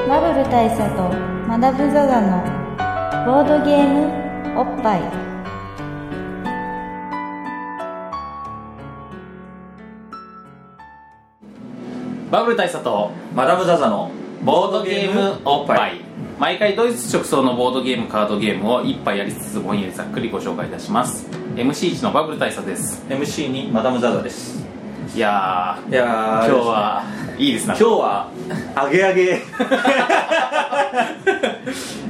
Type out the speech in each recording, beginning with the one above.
大佐とマダム・ザ・ザのボードゲームおっぱいバブル大佐とマダム・ザ・ザのボードゲームおっぱい毎回ドイツ直送のボードゲームカードゲームを一杯やりつつぼんやりざっくりご紹介いたします MC1 のバブル大佐です MC にマダム・ザ・ザですいやーいや今ー日はいいですな今日はあげあ げ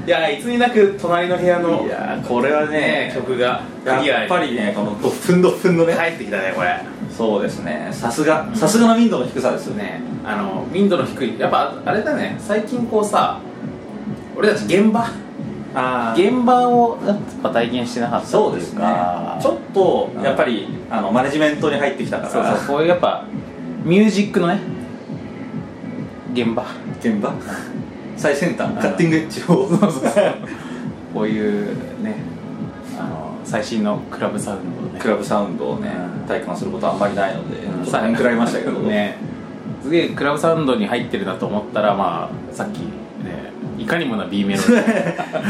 いやーいつになく隣の部屋のいやーこれはねね曲がクリアやっぱりねこのドッフンドッフンのね、帰ってきたねこれそうですねさすがさすがの民度の低さですよねねあの民度の低いやっぱあれだね最近こうさ俺たち現場あ現場をやっぱ体験してなかったっていそうですねちょっとうんやっぱりあのマネジメントに入ってきたかそうそうらこういうやっぱミュージックのね現場現場最先端カッティングエッジをこういうね あの最新のクラブサウンドをねクラブサウンドをねうん体感することはあんまりないのでちょっとさ面食らいましたけどねすげえクラブサウンドに入ってるなと思ったらまあさっきねいかにもな B メロ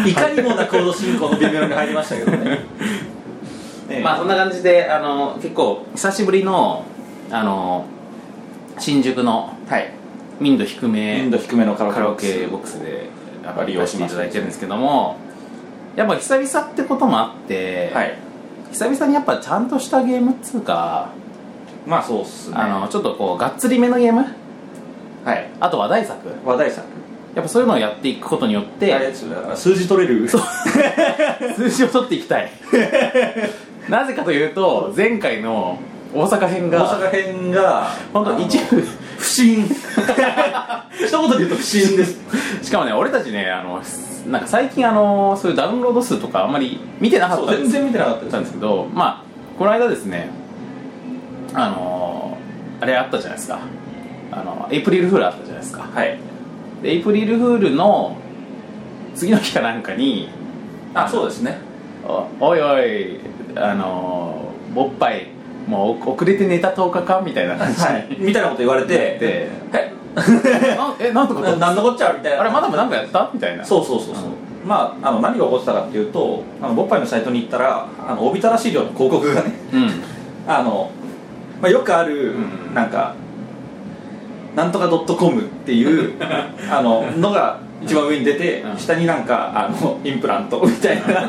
いかにもなコード進行の微妙に入りましたけど ねねまあそんな感じであの結構久しぶりのあの新宿のはい民度低めインド低めのカカララオオケケボボックックススでやっぱぱ利利用用ししてまいしたただいてるんですけどもやっぱ久々ってこともあって、はい久々にやっぱちゃんとしたゲームっつうか、まあそうっすねあのちょっとこうがっつりめのゲームはいあと話題作や話題作っぱそういうのをやっていくことによっあれてですよだから数字取れる数字を取っていきたい なぜかというと前回の大阪編大が阪編が本当あの一部不審 一言で言うと不審ですしかもね俺たちねあのなんか最近あのそういうダウンロード数とかあんまり見てなかそっうたんで全す然見てなかったでったすんですけどまあこの間ですねあのーあれあったじゃないですかあのエイプリルフールあったじゃないですかはいでエイプリルフールの次の日かなんかにあそうですねおおいおいあのー、おっぱいもうお遅れて寝た10日間みたいな感じにはいみたいなこと言われなっててえな えなんてことなんのこっちゃみたいなあれマダムなんかやったみたいなそうそうそうそうまああの何が起こってたかっていうとあのボッパイのサイトに行ったらあのおびただしい量の広告がねううんあの、まあ、よくあうる、んなんかなんとかドットコムっ ていうあののが一番上に出て、うん下になんかあのインプラントみたい な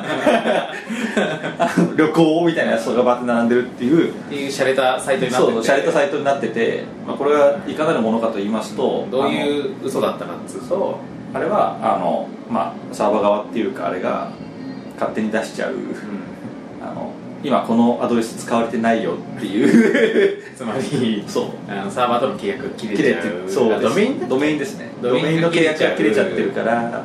あの旅行みたいなやつがバーって並んでるっていうっていう洒落たサイトになってそてう洒落たサイトになってて、まあ、これはいかなるものかと言いますとどうういう嘘だったかっつうとあれはあの、まあ、サーバー側っていうかあれが勝手に出しちゃううんあの今このアドレス使われてないよっていう つまりそうあのサーバーとの契約切れち切れゃてうそうあドですメインだドメインですねドドメインメインの契約が切れちゃってるから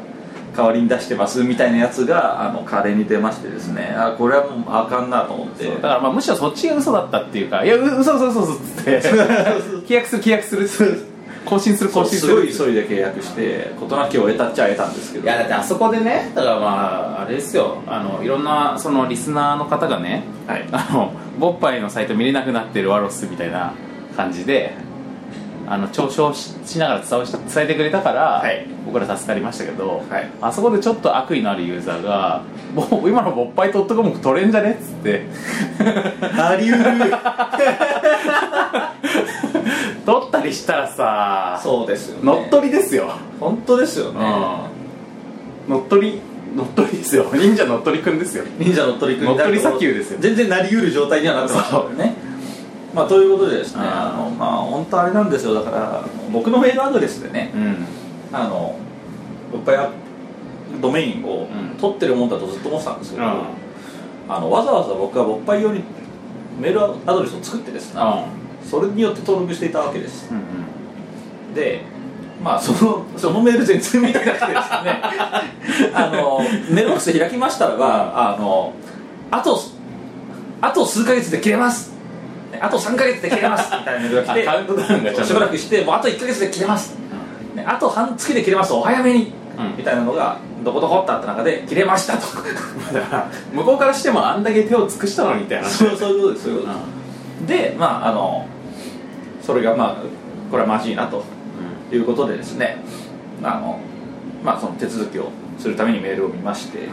代わりに出してますみたいなやつがあのカレーに出ましてですねあこれはもうあかんなと思ってそうだからまあむしろそっちが嘘だったっていうかいやう嘘嘘嘘嘘っつって 契約する契約するっつって更新するそ更う新すすごいる急いで契約して事なきを得たっちゃ得たんですけいどやだってあそこでねだからまああれですよあのいろんなそのリスナーの方がねはいあのボッパイのサイト見れなくなってるワロスみたいな感じであの嘲笑ししながら伝わし伝えてくれたから、はい僕ら助かりましたけど、はいあそこでちょっと悪意のあるユーザーが 「もう今のボッパイ .com 取れんじゃね?」っつってあり得る取ったりしたらさそうですよね乗っ取りですよ、本当ですよね乗っ取り乗っ取りですよ忍者乗っ取りくんですよ忍者乗っ取り組み乗っ取り砂丘ですよ全然なりうる状態にはなってましたよねまあということでですねああーのまあ本当あれなんですよだから僕のメールアドレスでねうんあの物販やドメインをうん取ってるもんだとずっと思ってたんですけど、うんあのわざわざ僕は物販用にメールアドレスを作ってですね、それによって登録していたわけですうんでまあそのそのメール全然見てなくてですね あのメールボックス開きましたらば、あのあとあと数ヶ月で切れますねあと3ヶ月で切れますみたいなメールが 来てあカウントダウンがちゃんと しばらくしてもうあと1ヶ月で切れますねあと半月で切れますお早めに、うんみたいなのがどこどこってあった中で切れましたとだから向こうからしてもあんだけ手を尽くしたのにみたいな そうそういうことですそういうことですでまああのそれがまあこれはまずいなということでですねあのままあ、その手続きをするためにメールを見まして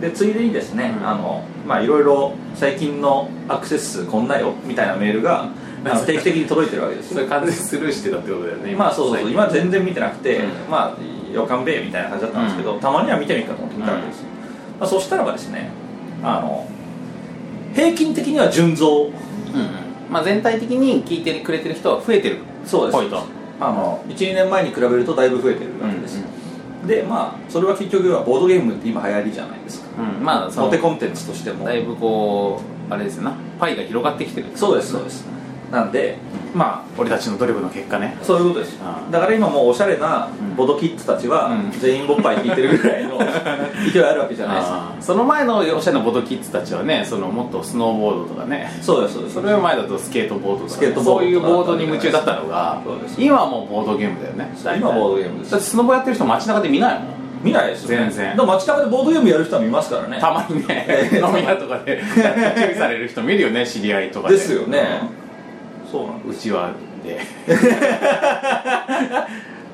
でついでにですね、うんあのまあいろいろ最近のアクセス数こんなよみたいなメールがあ の定期的に届いてるわけですそれ完全にスルーしてたってことだよねまあそうそうそう今は全然見てなくうて、んまあ予感べえみたいな感じだったんですけど、たまには見てみっかと思って見たわけですよ、まあ、そしたらばですねあの平均的には純増うんうんまあ、全体的に聞いてくれてる人は増えてるそうですぽいとあの12年前に比べるとだいぶ増えてるわけです、でまあそれは結局はボードゲームって今流行りじゃないですかうんまあそモのテコンテンツとしてもだいぶこうあれですよなパイが広がってきてるそうですそうですなんでま俺たちの努力の結果ねあそういうことですうんだから今もうおしゃれなボドキッズたちはうん全員ボッパイ聞いてるぐら いの勢いあるわけじゃないですかあーその前のおしゃれなボードキッズたちはねそのもっとスノーボードとかねそうですそうですそれより前だとスケートボードとか,、スケートボードとかそういうボードに夢中だったのがそうです今はもうボードゲームだよね今ボードゲームでだっすてスノボやってる人街中で見ないもん見ないですよね全然でも街中でボードゲームやる人は見ますからねたまにねええ飲み屋とかで注意される人見るよね知り合いとかでですよねそうなんうちはで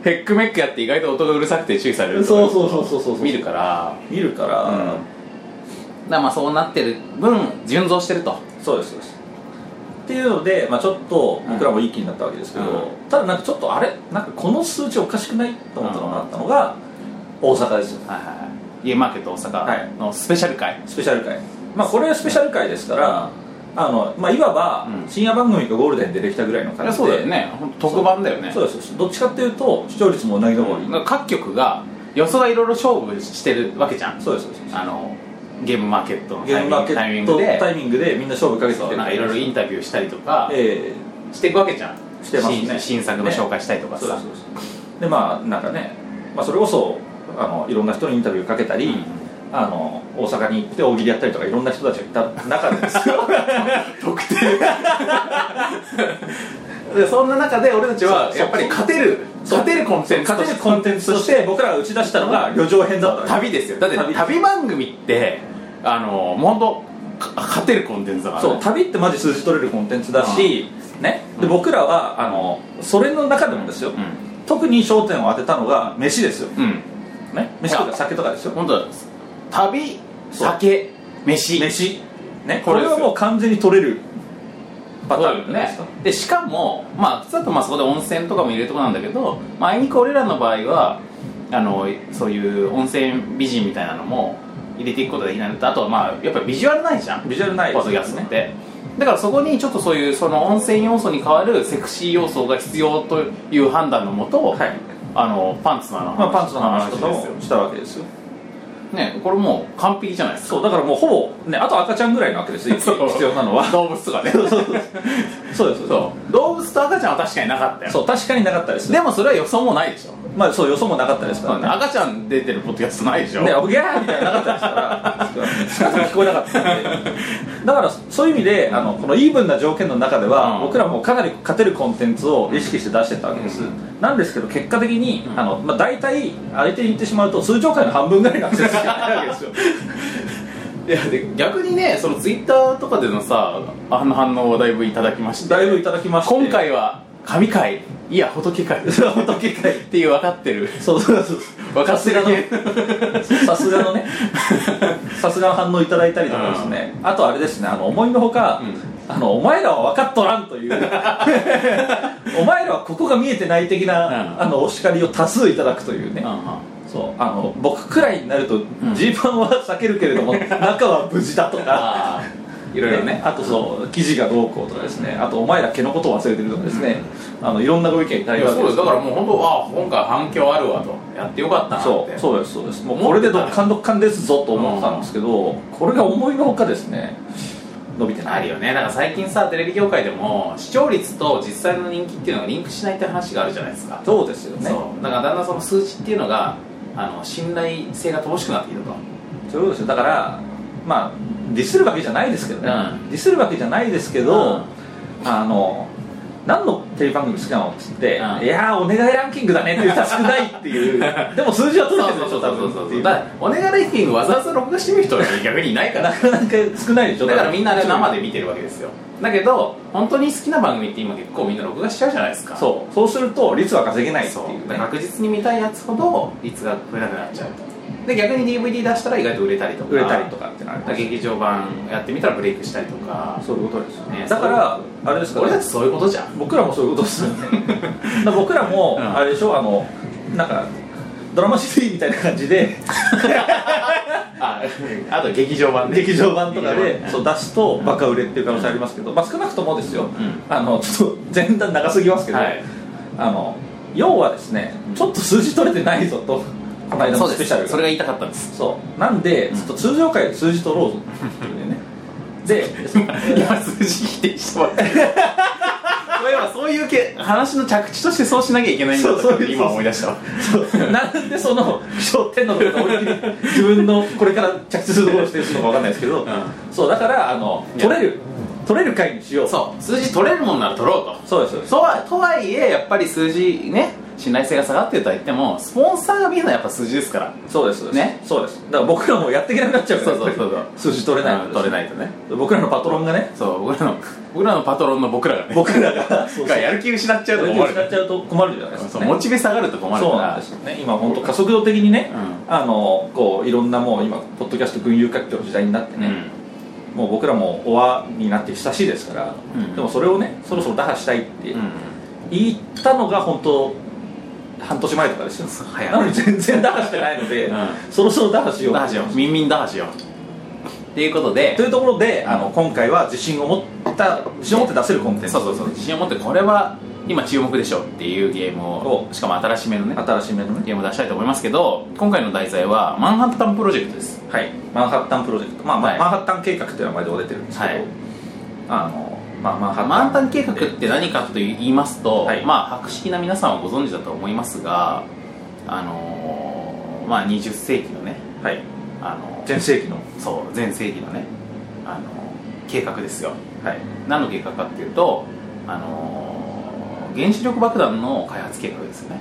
ヘックメックやって意外と音がうるさくて注意されるとかそうそうそうそうそうそう見るから見るうかんだらからまあそうなってる分順増してるとそうですそうですっていうので、まあ、ちょっと僕らもいい気になったわけですけど、ただなんかちょっとあれなんかこの数値おかしくないと思ったのがあったのが大阪ですよはいはいはい家マーケット大阪のスペシャル会、スペシャル回まあこれはスペシャル回ですから、あのまあ、いわばうん深夜番組がゴールデンでできたぐらいのいや感じでそうだよねほんと特番だよねそうですそうですどっちかっていうと視聴率もうなぎ登り、なんか各局が予想がいろいろ勝負してるわけじゃんそうですそうですあのゲームマーケットのゲターイムミンマーグケタイミンッグトでタイミングでみんな勝負かけてきそてうるなんかいろいろインタビューしたりとかえしていくわけじゃんえしてますね新新作の紹介したりとえかそうさ、ですそうですでまあなんかね、まあ、それこそあのいろんな人にインタビューかけたり、あの大阪に行って大喜利やったりとかいろんな人たちがいた中でですよ特定 でそんな中で俺たちそうはそうやっぱり勝てるそう勝てるコンテンツ勝てるコンテンツとして僕らが打ち出したのが旅情編だったわけ旅ですよだって旅旅番組ってあのもうほんとか勝てるコンテンツだから、ね、そう旅ってマジ数字取れるコンテンツだし、ねで僕らはあのそれの中でもですよ、う特に焦点を当てたのが飯ですよ、ん、うん、ね、飯とか酒とかですよ本当です旅そう酒飯飯ねここれれですよはもう完全に取れるパタそうーよンじゃなねいですか、でしかもまあ普通だとまあそこで温泉とかも入れるとこなんだけど、まあ、あいにく俺らの場合はあのそういう温泉美人みたいなのも入れていくことができないのとあとはまあやっぱりビジュアルないじゃんビジュアルないポでッすドキャストっねてだからそこにちょっとそういうその温泉要素に変わるセクシー要素が必要という判断のもと、はい、あのパンツのあの話,、まあ、パンツの話とかですよもしたわけですよねこれもう完璧じゃないですか そうだからもうほぼねあと赤ちゃんぐらいなわけですよ必そう要なのは動物とかねそうそうそうですそそう動物と赤ちゃんは確かになかったうよそう確かになかったですでもそれは予想もないでしょまあそう予想もなかったですからね赤ちゃん出てるポッドキャストないでしょ、ね、おぎゃーみたいなのなかったです から、聞こえなかったんで、だからそういう意味で、あのこのイーブンな条件の中では、うん僕らもかなり勝てるコンテンツを意識して出してたわけです、うなんですけど、結果的に、うんあのまあ、大体、相手に言ってしまうと、通常回の半分ぐらいがア クセスしてないわけですよ、いやで逆にねそのツイッターとかでのさあの反応をだいぶいただきましてだいぶいただきまして、今回は神回いや仏回っ そう、本当、結果、ていう分かってるそうそうそう、分かってる系さすがのね、さすがの反応いただいたりとかですね、あとあれですね、あの思いのほか、あのお前らは分かっとらんと いうお前らはここが見えてない的な、うんあのお叱りを多数いただくというね、うんうんそうあの僕くらいになるとジーパンは避けるけれども、中は無事だとかあーいろいろねあとそう生地がどうこうとかですねあとお前ら毛のことを忘れてるとかですね、あのいろんなご意見いただいいやたわけそうでですすだからもう本当あ今回反響あるわとやってよかったなってそううそうですそうですもうこれでドッカンドッカンですぞと思ってたんですけど、これが思いのほかですね伸びてあないるよねだから最近さテレビ業界でも視聴率と実際の人気っていうのがリンクしないって話があるじゃないですかそうですよねそうだからだんだんその数値っていうのがあの信頼性が乏しくなってきたとそういうことですよだからまあディスるわけじゃないですけどね、うんディスるわけじゃないですけど、あの何のテレビ番組好きなのって言って、うんいやーお願いランキングだねって言ったら少ないって いうでも数字は取れてるでしょ多分っていうだからお願いランキングわざわざ録画してみる人は逆にいない からなかなか少ないでしょだからみんなあれ生でで見てるわけですよだけど本当に好きな番組って今結構みんな録画しちゃうじゃないですかそうそうすると率は稼げないっていそううだねから確実に見たいやつほど率が増えなくなっちゃうとで逆に DVD 出したら意外と売れたりとか売れたりとかってなるだから劇場版やってみたらブレイクしたりとかそういうことですよねだからあれですか俺だらってそういうことじゃん僕らもそういうことですよね だから僕らもうんあれでしょあのなんかドラマ CD みたいな感じであ あと劇場版ね劇場版とか劇場で版ねそう出すとバカ売れっていう可能性ありますけど、まあ、少なくともですよ、んあのちょっと前段長すぎますけど、はいあの要はですねちょっと数字取れてないぞとこの間そのうスでペシャルすがそれが言いたかったんです そうなんでちょっと通常回で数字取ろうぞっていう ねで今数字否定したばっかりそういえばそういうけ話の着地としてそうしなきゃいけないんだったそうっそうて今思い出したわそう なんでその気象天のことが俺に自分のこれから着地するところをしてるのかわかんないですけど、んそうだからあのいや取れる取れる回にしようそう数字取れるもんなら取ろうとそうですそうですそうはとはいえやっぱり数字ね信頼性が下がってるとは言ってもスポンサーが見えないやっぱ数字ですからそうですそうですねそうですだから僕らもやっていけなくなっちゃうからそうそうそうそうやっぱ り数字取れないうん取れないとね僕らのパトロンがねそう僕らの僕らのパトロンの僕らがね 僕らが僕がやる気失っちゃうと困やっるちゃうと困るじゃないですそか、うね、モチベ下がると困るそうかなんらですよね今本当加速度的にね、うあのこういろんなもう今ポッドキャスト群雄割拠の時代になってうね、んもう僕らもおわになって久しいですから、うんでもそれをねそろそろ打破したいってうん言ったのが本当半年前とかですよそう早いなのに全然打破してないので、うんそろそろ打破しよう打破しようみんみん打破しようっていうことでというところであの今回は自信を持った自信を持って出せるコンテンツそうそうそう自信を持ってこれは今注目でしょっていうゲームをおしかも新しめのね新しめのねゲームを出したいと思いますけど今回の題材はマンハッタンプロジェクトですはいマンハッタンプロジェクト、まあまあはいマンハッタン計画っていう名前でも出てるんですけど、はいあのまあマンハッタンマンハッタン計画って何かと言いますと、はいまあ博識な皆さんはご存知だと思いますがあのーまあ20世紀のねはいあのー全盛期のそう全世紀のねあのー計画ですよはい何の計画かっていうとあのー原子力爆弾の開発計画ですよね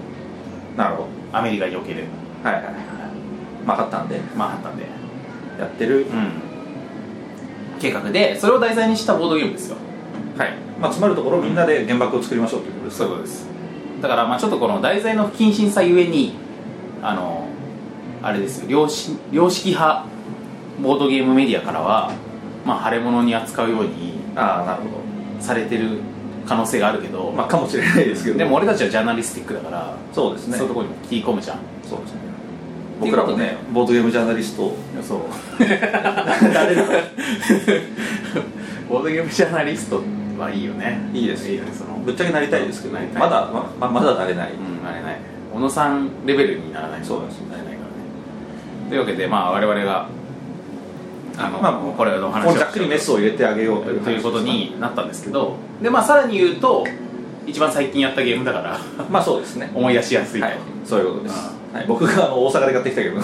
なるほアメリカにおけるどはいはいマンハッタンでマンハッタンでやってるうん計画でそれを題材にしたボードゲームですよはいまあ詰まるところみんなで原爆を作りましょうということですそういうことですだからまあちょっとこの題材の不謹慎さゆえにあのあれですよ良識良識派ボードゲームメディアからはまあ腫れ物に扱うようにああなるほされてる可能性があるけど、どまあかもしれないですけどでも俺たちはジャーナリスティックだから、そうですねそういうところにも切り込むじゃんそうですね僕らもねボードゲームジャーナリスト そう誰でも ボードゲームジャーナリストはいいよねいいですいいよねそのぶっちゃけなりたいですけどなりねたいまだまままだなれない、うん、なれない小野さんレベルにならないそうですなれないからねというわけでまあ我々があの、まあこれのお話もをうざっくりメスを入れてあげようという話ということになったんですけどでまあさらに言うと一番最近やったゲームだからまあそうですね思い出しやすいと、はい、そういうことです、はい、僕があの大阪で買ってきたけど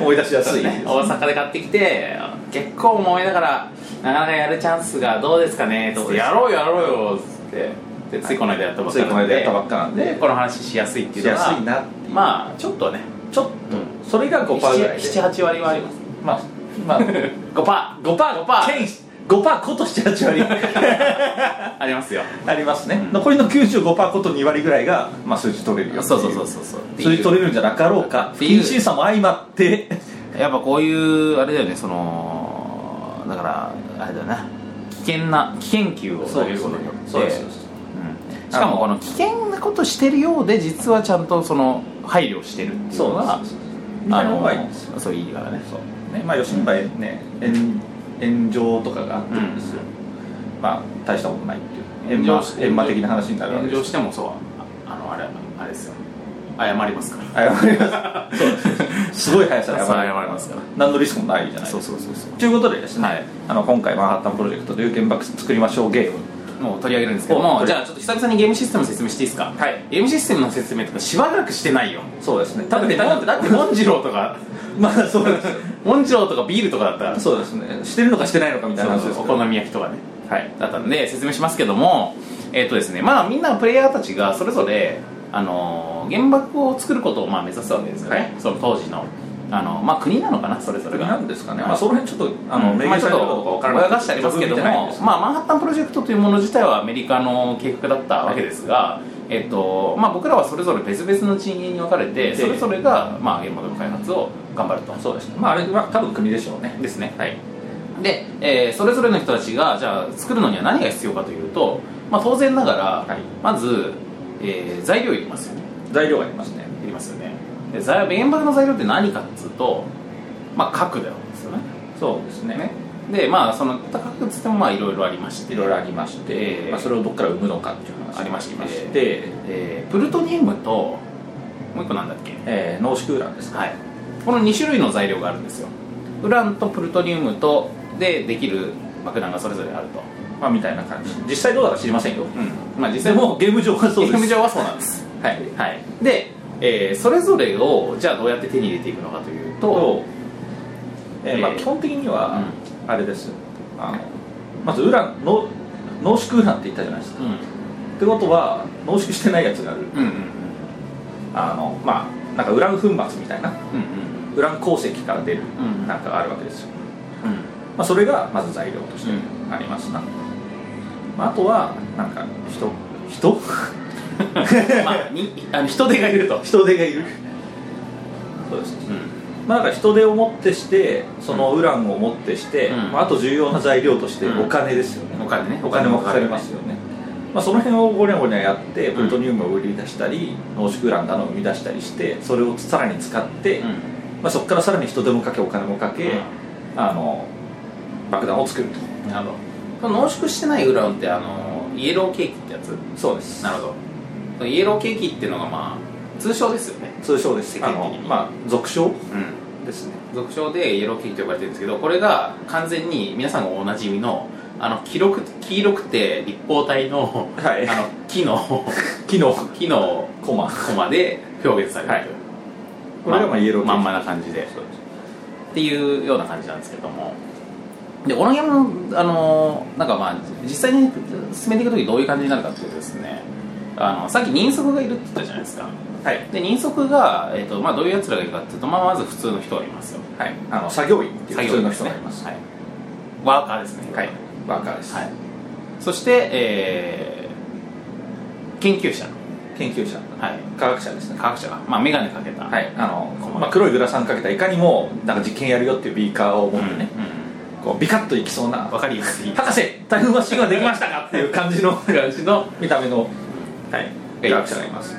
思い出しやすいね大阪で買ってきて結構思いながらなかなかやるチャンスがどうですかねとどっうてですやろうやろうよっつってでついこの間やったばっかついこのなん間でやったばっかなんででこの話しやすいってしいうのやはすいなまあちょっとねちょうっんとそれが5%ぐらいで78割はありますまあ まあ5パー5パー5パー5%こと78割ありますよありますね、残りの95%こと2割ぐらいが、まあ、数字取れるよっていそうそうそうそうそう数字取れるんじゃなかろうかって不いう謹慎さも相まってやっぱこういうあれだよねそのだからあれだよな危険な危険球を投げることによってそうですそうですうんしかもこの危険なことしてるようで実はちゃんとその配慮してるっていうのがああののがいいんですよそういいからねそうねまあ余震波ね炎炎上とかがあってるんですよ、まあ大したことないっていう炎上炎魔的な話になるわけ炎で上すしてもそうあのあれあれですよ謝りますから謝りますそうですすごい速さでそう謝 りますから何のリスクもないじゃないそうそうそうそうということでですね、はいあの今回マンハッタンプロジェクトという原爆作りましょうゲームもう取り上げるんですけどはもいじゃあちょっと久々にゲームシステムの説明していいですかはいゲームシステムの説明とかしばらくしてないよそうですねだってだってだってモンジローとかまあそうですモンジローとかビールとかだったらそうですねしてるのかしてないのかみたいな話ですけどお好み焼きとかねはい、だったんで説明しますけどもえっ、とですねまあみんなプレイヤーたちがそれぞれあのー原爆を作ることをまあ目指すわけですよね、はいその当時のあのまあ国なのかなそれぞれがなんですかね、はいまあ、その辺ちょっとあの、明まあち言さょっれたかどうかとわからない親がしてありますけども、まあ、マンハッタンプロジェクトというもの自体はアメリカの計画だったわけですが、えっとまあ、僕らはそれぞれ別々の陣営に分かれて、ええそれぞれが、まあ、原爆の開発を頑張ると。そうですねまああれは多分国でしょうねですね。はいで、えーそれぞれの人たちがじゃあ作るのには何が必要かというと、まあ、当然ながら、はいまず、えー材料いりますよね材料がありますねいりますよねで材原爆の材料って何かっつうと、まあ、核だよですよねそうですねねでまあその核っつってもまあいろいろありましていろいろありまして、えーまあ、それをどっから生むのかっていう話ありましてで、えープルトニウムともう一個なんだっけえー濃縮ウランですかはいこの2種類の材料があるんですよウランとプルトニウムとでできる爆弾がそれぞれあると、まあみたいな感じ実際どうだか知りませんようんまあ、実で際ももゲーム上はそうですゲーム上はそうなんですはいはい、で、えーそれぞれをじゃあどうやって手に入れていくのかというと、と、えーまあ、えー基本的には、あれですあのまずウランの濃縮ウランって言ったじゃないですか、うんってことは濃縮してないやつがあるうんうんあのまあなんかウラン粉末みたいなうんウラン鉱石から出るうんなんかがあるわけですよ、うんまあ、それがまず材料としてうありますな、まあ、あとはなんか人人うんまあにあの人手がいると、人手がいるそうですねうまあ、だから人手をもってしてそのウランをもってして、うんまあ、あと重要な材料としてうんお金ですよね、お金ねお金もかかりますよね、まあ、その辺をゴニャゴニャやってプルトニウムを売り出したり、濃縮ウランだのを生み出したりしてそれをさらに使って、うんまあ、そこからさらに人手もかけお金もかけ、うんあの爆弾を作るとなるほど濃縮してないウランってあのイエローケーキってやつそうですなるほどイエローケーキっていうのがまあ通称ですよね通称です世あ間的のにまあ俗称うんですね俗称でイエローケーキと呼ばれてるんですけどこれが完全に皆さんがおなじみのあの黄色く黄色くて立方体のはいあ の木の木の木のコマコマで表現されてる、はいこれがまあイエローケーキまんまな感じでっていうような感じなんですけどもでこのゲームのあのーなんかまあ実際に進めていく時どういう感じになるかっていうとですねあのさっき人足がいるって言ったじゃないですかはいで人足が、えーとまあ、どういうやつらがいるかっていうと、まあ、まず普通の人がいますよはいあの作業員っていう普通の人がい作業員ますはい、ワーカーですねはいワーカーです、はいそして、えー研究者研究者はい科学者ですね科学者が、まあ、眼鏡かけた、はいあのここ、まあ、黒いグラサンかけたいかにもなんか実験やるよっていうビーカーをう持んってね、う、こうビカッといきそうなん分かりやすい博士台風マシンはできましたかっていう感 じの感じの見た目の、はい、科学者ががいいまますす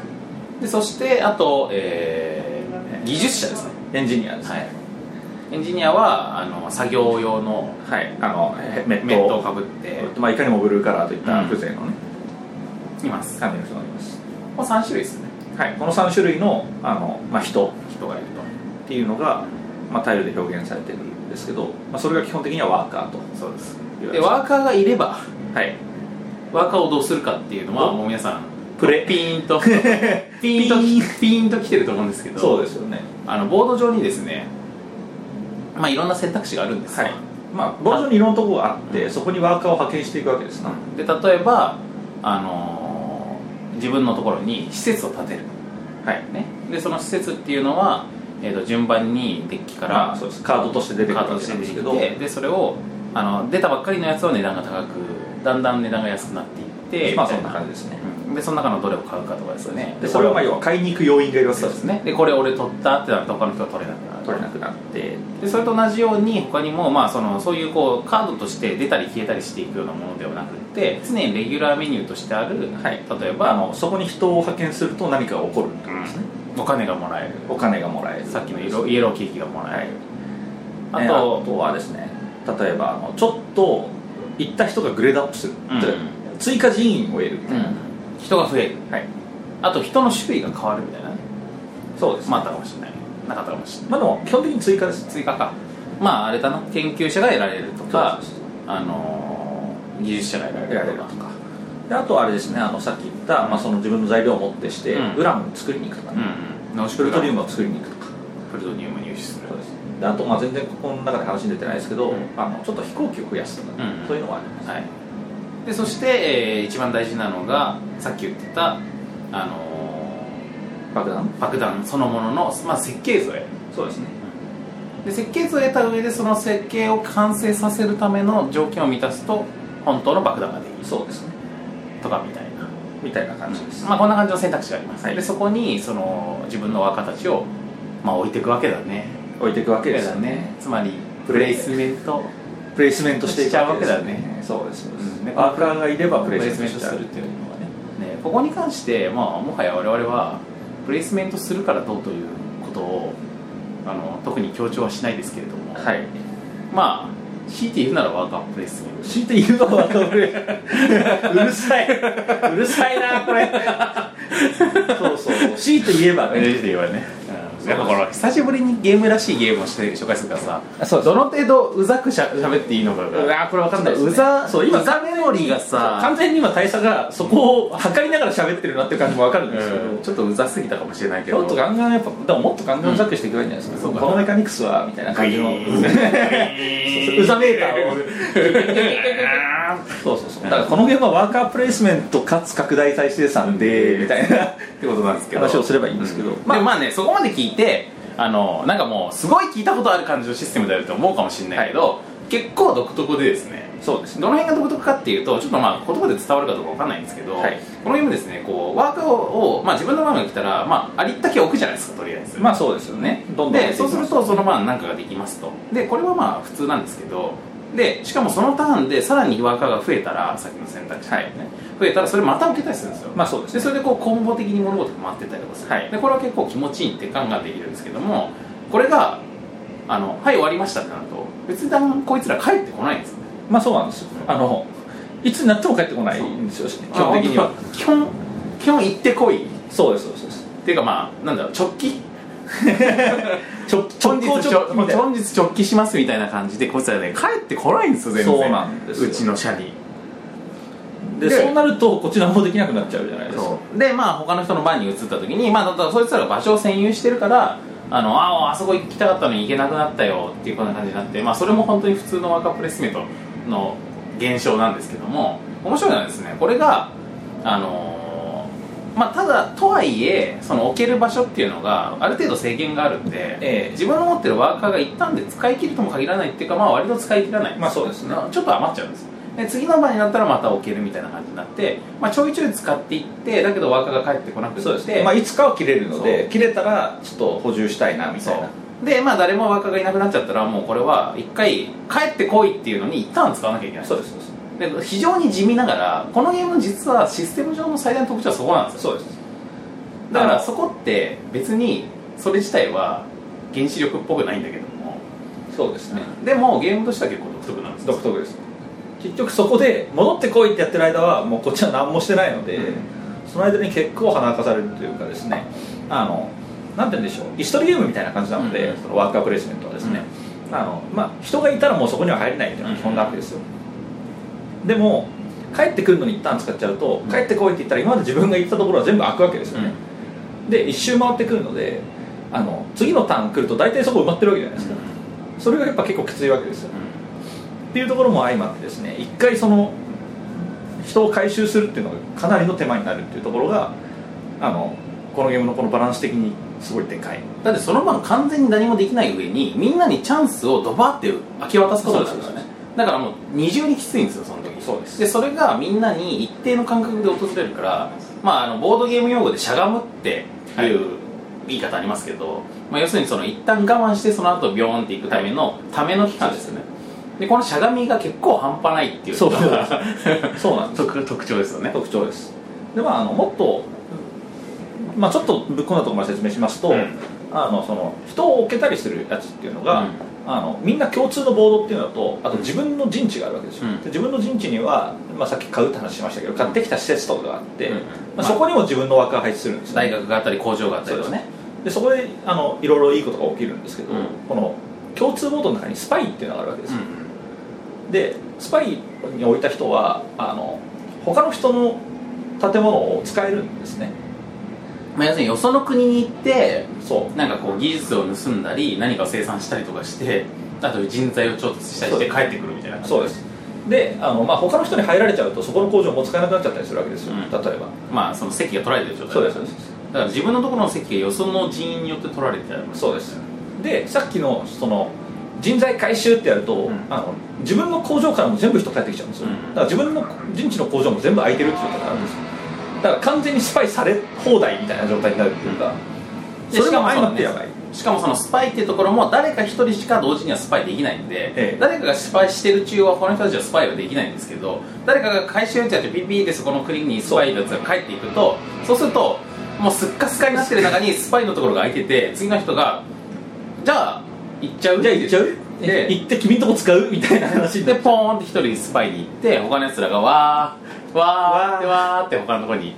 でそしてあと、えー技術者ですね、エンジニアですはねい、エンジニアはあの作業用のはい、あのへメットメットをかぶってまあ、いかにもブルーカラーといった風情のね、います感じの人がいますこの3種類ですねはいこの3種類のあの、まあ、人人がいるっていうのが、まあ、タイルで表現されてるんですけど、まあ、それが基本的にはワーカーととそうです言われてでワーカーがいればはいワーカーをどうするかっていうのはおもう皆さんプレピーン とピーンとピーンと来てると思うんですけどそうですよねあのボード上にですねまあいろんな選択肢があるんですよはいまあボードにいろんなとこがあってそこにワーカーを派遣していくわけですな、で例えば、あのー自分のところに施設を建てる、はいね、でその施設っていうのは、えー、と順番にデッキかかららそうですカードとして出てくるカーわドとけしなて出んてですきけてどでそれをあの出たばっかりのやつは値段が高くだんだん値段が安くなっていってまあみそたいんな感じですねうんでその中のどれを買うかとかですよねでそれをまあこ要は買いに行く要因がいるわけそうでですすねでこれ俺取ったってなると他の人は取れなくなる取れなくなってでそれと同じように他にも、まあ、そのそういうこうカードとして出たり消えたりしていくようなものではなくて常にレギュラーメニューとしてある、はい例えまあばあのそこに人を派遣すると何かが起こるってことですね、うんお金がもらえるお金がもらえるさっきのイロイエローケーキがもらえる、ああととあとはですね例えばあのちょっと行った人がグレードアップする、うん例えば追加人員を得るみたいな、人が増えるはいあと人の種類が変わるみたいなねそうです、ままああったかもしれないなかったかもしれないあ、でも基本的に追加です追加かまああれだな研究者が得られるとかそうですあのー技術者が得ら得られれるるとかとかであとはあれですねあのさっき言った、まあ、その自分の材料を持ってして、うんウランを作りに行くとか、うんうん濃プ縮ルトがリウムを作りに行くとかプルトニウム入手するそうですであとまあ全然ここの中で話に出てないですけど、うんあのちょっと飛行機を増やすとうか、んそういうのはありますはいでそして、えー一番大事なのがさっき言ってた、あの爆弾ー爆弾そのものの、まあ、設計図をやるそうですねで設計図を得た上でその設計を完成させるための条件を満たすと本当の爆弾ができるそうですねとかみたいなみたいな感じです、まあ、こんな感じの選択肢があります、はいでそこにその自分の若たちを、まあ、置いていくわけだね置いていくわけですだよねねつまりププレレイイスメントプレイスメントしていくしちゃうわけだねそうですそうです、うんねワーカーがいればププレレイイススメメンントトしちすゃうるっていうのはねねここに関して、まあ、もはや我々はプレイスメントするからどうということをあの特に強調はしないですけれども、はいまあ強いて言うならワーカープレイスメント強いて言うのはどれ うるさいうるさいなこれそうそう強いて言えばね NG で言われね、やっぱこの久しぶりにゲームらしいゲームをして紹介するからさあそうですどの程度うざくしゃ喋っていいのかがうわこれわかんないですねうざそう今うざメモリーがさ完全に今大佐がそこを測りながら喋ってるなっていう感じもわかるんですけど、うんちょっとうざすぎたかもしれないけちょどっと ガンガンやっぱでももっとガンガンうざくしていけばいいんじゃないですか,、うんそうかこのメカニクスはみたいな感じのうざメーターを そうそうそうだからこのゲームはワーカープレイスメントかつ拡大再生産でみたいな ってことなんですけど話をすればいいんですけど、うんままああ、まあねそこまで聞いてあのなんかもうすごい聞いたことある感じのシステムだよって思うかもしれないけど、結構独特でですねそうですねどの辺が独特かっていうとちょっとまあ言葉で伝わるかどうかわかんないんですけど、はいこのゲームですねこうワークを、まあ、自分の番が来たら、まあ、ありったけ置くじゃないですかとりあえずまあそうですよねどんどんでそうするとその番なんかができますとでこれはまあ普通なんですけどでしかもそのターンでさらにワーカーが増えたらさっきの選択肢、ね増えたらそれまた受けたりするんですよ、まあそうですでねそれでこうコンボ的に物事が回ってったりとかする、はいでこれは結構気持ちいいってガンガンできるんですけどもこれがあの「はい終わりました」ってなると別にだんこいつら帰ってこないんですよねまあそうなんですよあのいつになっても帰ってこないんですよ基基本本的的ににはは基本基本行ってこいっそうですそうですそうですていうかまあなんだろう直 帰ちょ本日直行ちょ直みたいな本日直帰しますみたいな感じでこいつらね帰ってこないんですよ全然そうなんですようちの社にででそうなるとこっち何もできなくなっちゃうじゃないですかそうでまあ他の人の番に移った時にまあだからそいつらが場所を占有してるからあのああそこ行きたかったのに行けなくなったよっていうこんな感じになってまあそれも本当に普通のワーカープレイスメントの現象なんですけども面白いのはですねこれがあのーまあただとはいえその置ける場所っていうのがある程度制限があるんで、ええ自分の持ってるワーカーが一旦で使い切るとも限らないっていうかまあ割と使い切らないまあそうですねちょっと余っちゃうんですで次の場になったらまた置けるみたいな感じになって、まあ、ちょいちょい使っていってだけどワーカーが帰ってこなくてそうですね、まあ、いつかは切れるのそでう切れたらちょっと補充したいなみそたいなうでまあ誰もワーカーがいなくなっちゃったらもうこれは一回帰ってこいっていうのに一旦使わなきゃいけないそうですそうですで非常に地味ながらこのゲーム実はシステム上の最大の特徴はそこなんですよそうですだかあらのそこって別にそれ自体は原子力っぽくないんだけども、そうですね、でもゲームとしては結構独特なんですよ独特です結局そこで戻ってこいってやってる間はもうこっちは何もしてないので、うんその間に結構花かされるというかですねあのなんて言うんでしょう椅子取りゲームみたいな感じなので、うんそのワーカープレイスメントはですね、あのまあ、人がいたらもうそこには入れないっていうのが基本なわけですよ、でも帰ってくるのに一旦使っちゃうと、うん帰ってこいって言ったら今まで自分が行ったところは全部開くわけですよね、で一周回ってくるのであの次のターン来ると大体そこ埋まってるわけじゃないですか、それがやっぱ結構きついわけですよっていうところも相まってですね一回その人を回収するっていうのがかなりの手間になるっていうところがあのこのゲームのこのバランス的にすごいでかいだってその晩完全に何もできない上にみんなにチャンスをドバって明け渡すことになるんですよねそうでだからもう二重にきついんですよその時そうですでそれがみんなに一定の感覚で訪れるからまああのボードゲーム用語でしゃがむっていう言い方ありますけど、まあ、要するにその一旦我慢してその後ビョーンっていくためのための期間ですよねでこのしゃがみが結構半端ないっていうのが そうなんです特特徴ですよね特徴ですでまああのもっと、まあ、ちょっとぶっ込んだところまで説明しますと、うんあのその人を置けたりするやつっていうのが、うんあのみんな共通のボードっていうのとあと自分の陣地があるわけですよ、うんで自分の陣地には、まあ、さっき買うって話しましたけど買ってきた施設とかがあって、うんうんまあ、そこにも自分の枠が配置するんですよね大学があったり工場があったりとかねでそこであのいろいろいいことが起きるんですけうど、んこの共通ボードの中にスパイっていうのがあるわけですうよ、んうんでスパイに置いた人はあの他の人の建物を使えるんですねまあ、要するによその国に行ってそうなんかこう技術を盗んだり何かを生産したりとかしてあと人材を調達したりしてそう帰ってくるみたいなそうでですであの、まあ、他の人に入られちゃうとそこの工場も使えなくなっちゃったりするわけですよ、うん例えばまあその席が取られてる状態そうですそうですだから自分のところの席がよその人員によって取られてるそうですでさっきのその人材回収ってやると、んあの自分の工場からも全部人帰ってきちゃうんですよ、うんだから自分の人地の工場も全部空いてるっていうことになるんですよだから完全にスパイされ放題みたいな状態になるっていうか、でそれもしかも相まそのってやばいしかもそのスパイっていうところも誰か一人しか同時にはスパイできないんで、ええ誰かがスパイしてる中はこの人たちはスパイはできないんですけど誰かが回収ってやってピッピーでそこの国にスパイのやつが帰っていくとそうするともうすっかすかになってる中にスパイのところが空いてて次の人がじゃあ行っちゃうじゃあ行っちゃうで行って君んとこ使うみたいな話に でなるポーンって一人スパイに行って他のやつらがわーわーってわーって他のところに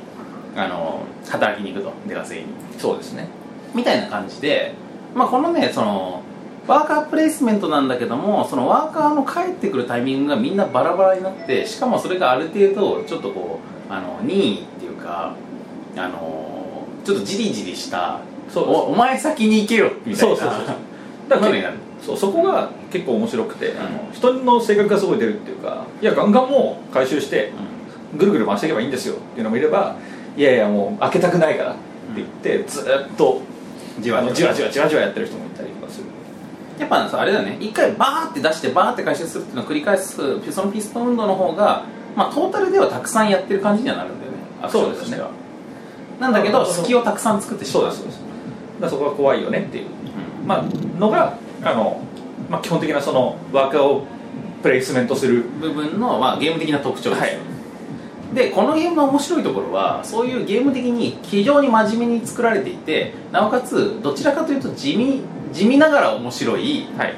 あの働きに行くと出稼ぎにそうですねみたいな感じで、まあ、このねそのワーカープレイスメントなんだけどもそのワーカーの帰ってくるタイミングがみんなバラバラになってしかもそれがある程度ちょっとこうあの任意っていうかあのちょっとジリジリしたそうですおお前先に行けよみたいなそうそうそう だからなのになるそうそこが結構面白くて、んあの人の性格がすごい出るっていうかいやガンガンもう回収してぐるぐる回していけばいいんですよっていうのもいればいやいやもう開けたくないからって言って、ずーっとじわじわあのじわじわじわじわやってる人もいたりとかするやっぱさあれだよね一回バーって出してバーって回収するっていうのを繰り返すそのピストン運動の方がまあトータルではたくさんやってる感じにはなるんだよねアクションとしてはそうなんだけどなるほど隙をたくさん作ってしそまううですそうですだからそこが怖いよねっていうう、まあ、のがあの、まあ、基本的なそのワーカーをプレイスメントする部分の、まあ、ゲーム的な特徴です、はいでこのゲームの面白いところはそういうゲーム的に非常に真面目に作られていてなおかつどちらかというと地味地味ながら面白いはい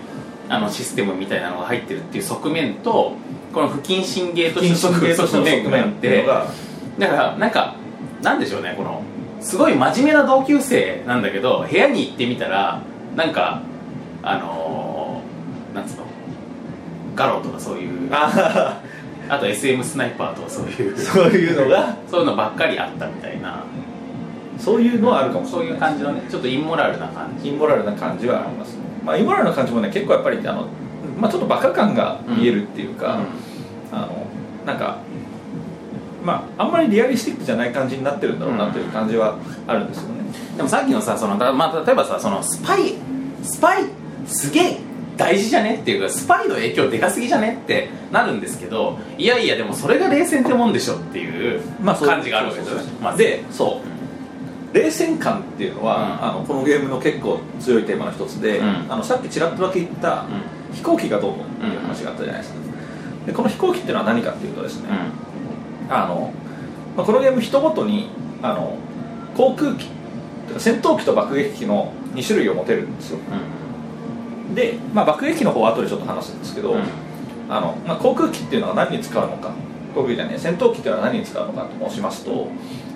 あのシステムみたいなのが入ってるっていう側面とこの不謹慎ゲーとして金の属系としての側面っていうのがだからなんかなんでしょうねこのすごい真面目な同級生なんだけど部屋に行ってみたらなんかあのー、なんつうのガロとかそういうあああと SM スナイパーとかそういうそういうのがそういうのばっかりあったみたいなそういうのはあるかもしれそうないいう感じのねちょっとインモラルな感じインモラルな感じはあります、まあ、インモラルな感じもね結構やっぱりあの、まあ、ちょっとバカ感が見えるっていうか、あのなんかまああんまりリアリスティックじゃない感じになってるんだろうなという感じはあるんですよね、でもさっきのさその、だまあ、例えばさそのスパイスパイすげえ大事じゃねっていうかスパイの影響でかすぎじゃねってなるんですけどいやいやでもそれが冷戦ってもんでしょっていうそう感じがあるわけですよねそうそうそうまずでそう冷戦感っていうのは、うんあのこのゲームの結構強いテーマの一つで、うんあのさっきちらっとだけ言った、飛行機がどうもっていう話があったじゃないですか、でこの飛行機っていうのは何かっていうとですね、うあの、まあ、このゲーム人ごとにあの航空機戦闘機と爆撃機の2種類を持てるんですよんで、まあ、爆撃機の方は後でちょっと話すんですけど、うんあのまあ、航空機っていうのは何に使うのか航空機じゃねえ戦闘機っていうのは何に使うのかと申しますと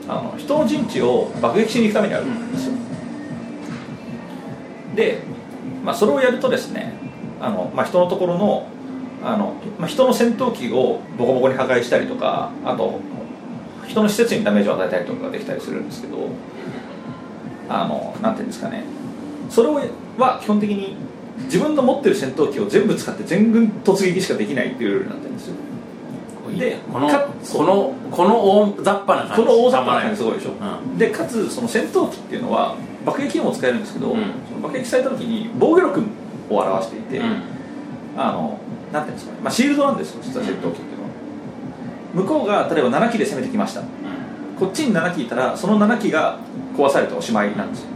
あの人の陣地を爆撃しに行くためにあるんですよで、まあ、それをやるとですねあの、まあ、人のところのあの、まあ、人の戦闘機をボコボコに破壊したりとかあと人の施設にダメージを与えたりとかができたりするんですけどあのなんていうんですかねそれは基本的に自分の持ってる戦闘機を全部使って全軍突撃しかできないっていうルールになってるんですようんでこのかこのこの大雑把な感じこの大雑たま把ならない感じすごいでしょ、うでかつその戦闘機っていうのは爆撃機も使えるんですけど、うんその爆撃された時に防御力を表していて、うんあのなんていうんですかね、まあ、シールドなんですよ実は戦闘機っていうのは、向こうが例えば7機で攻めてきましたこっちに7機いたらその7機が壊されておしまいなんですよ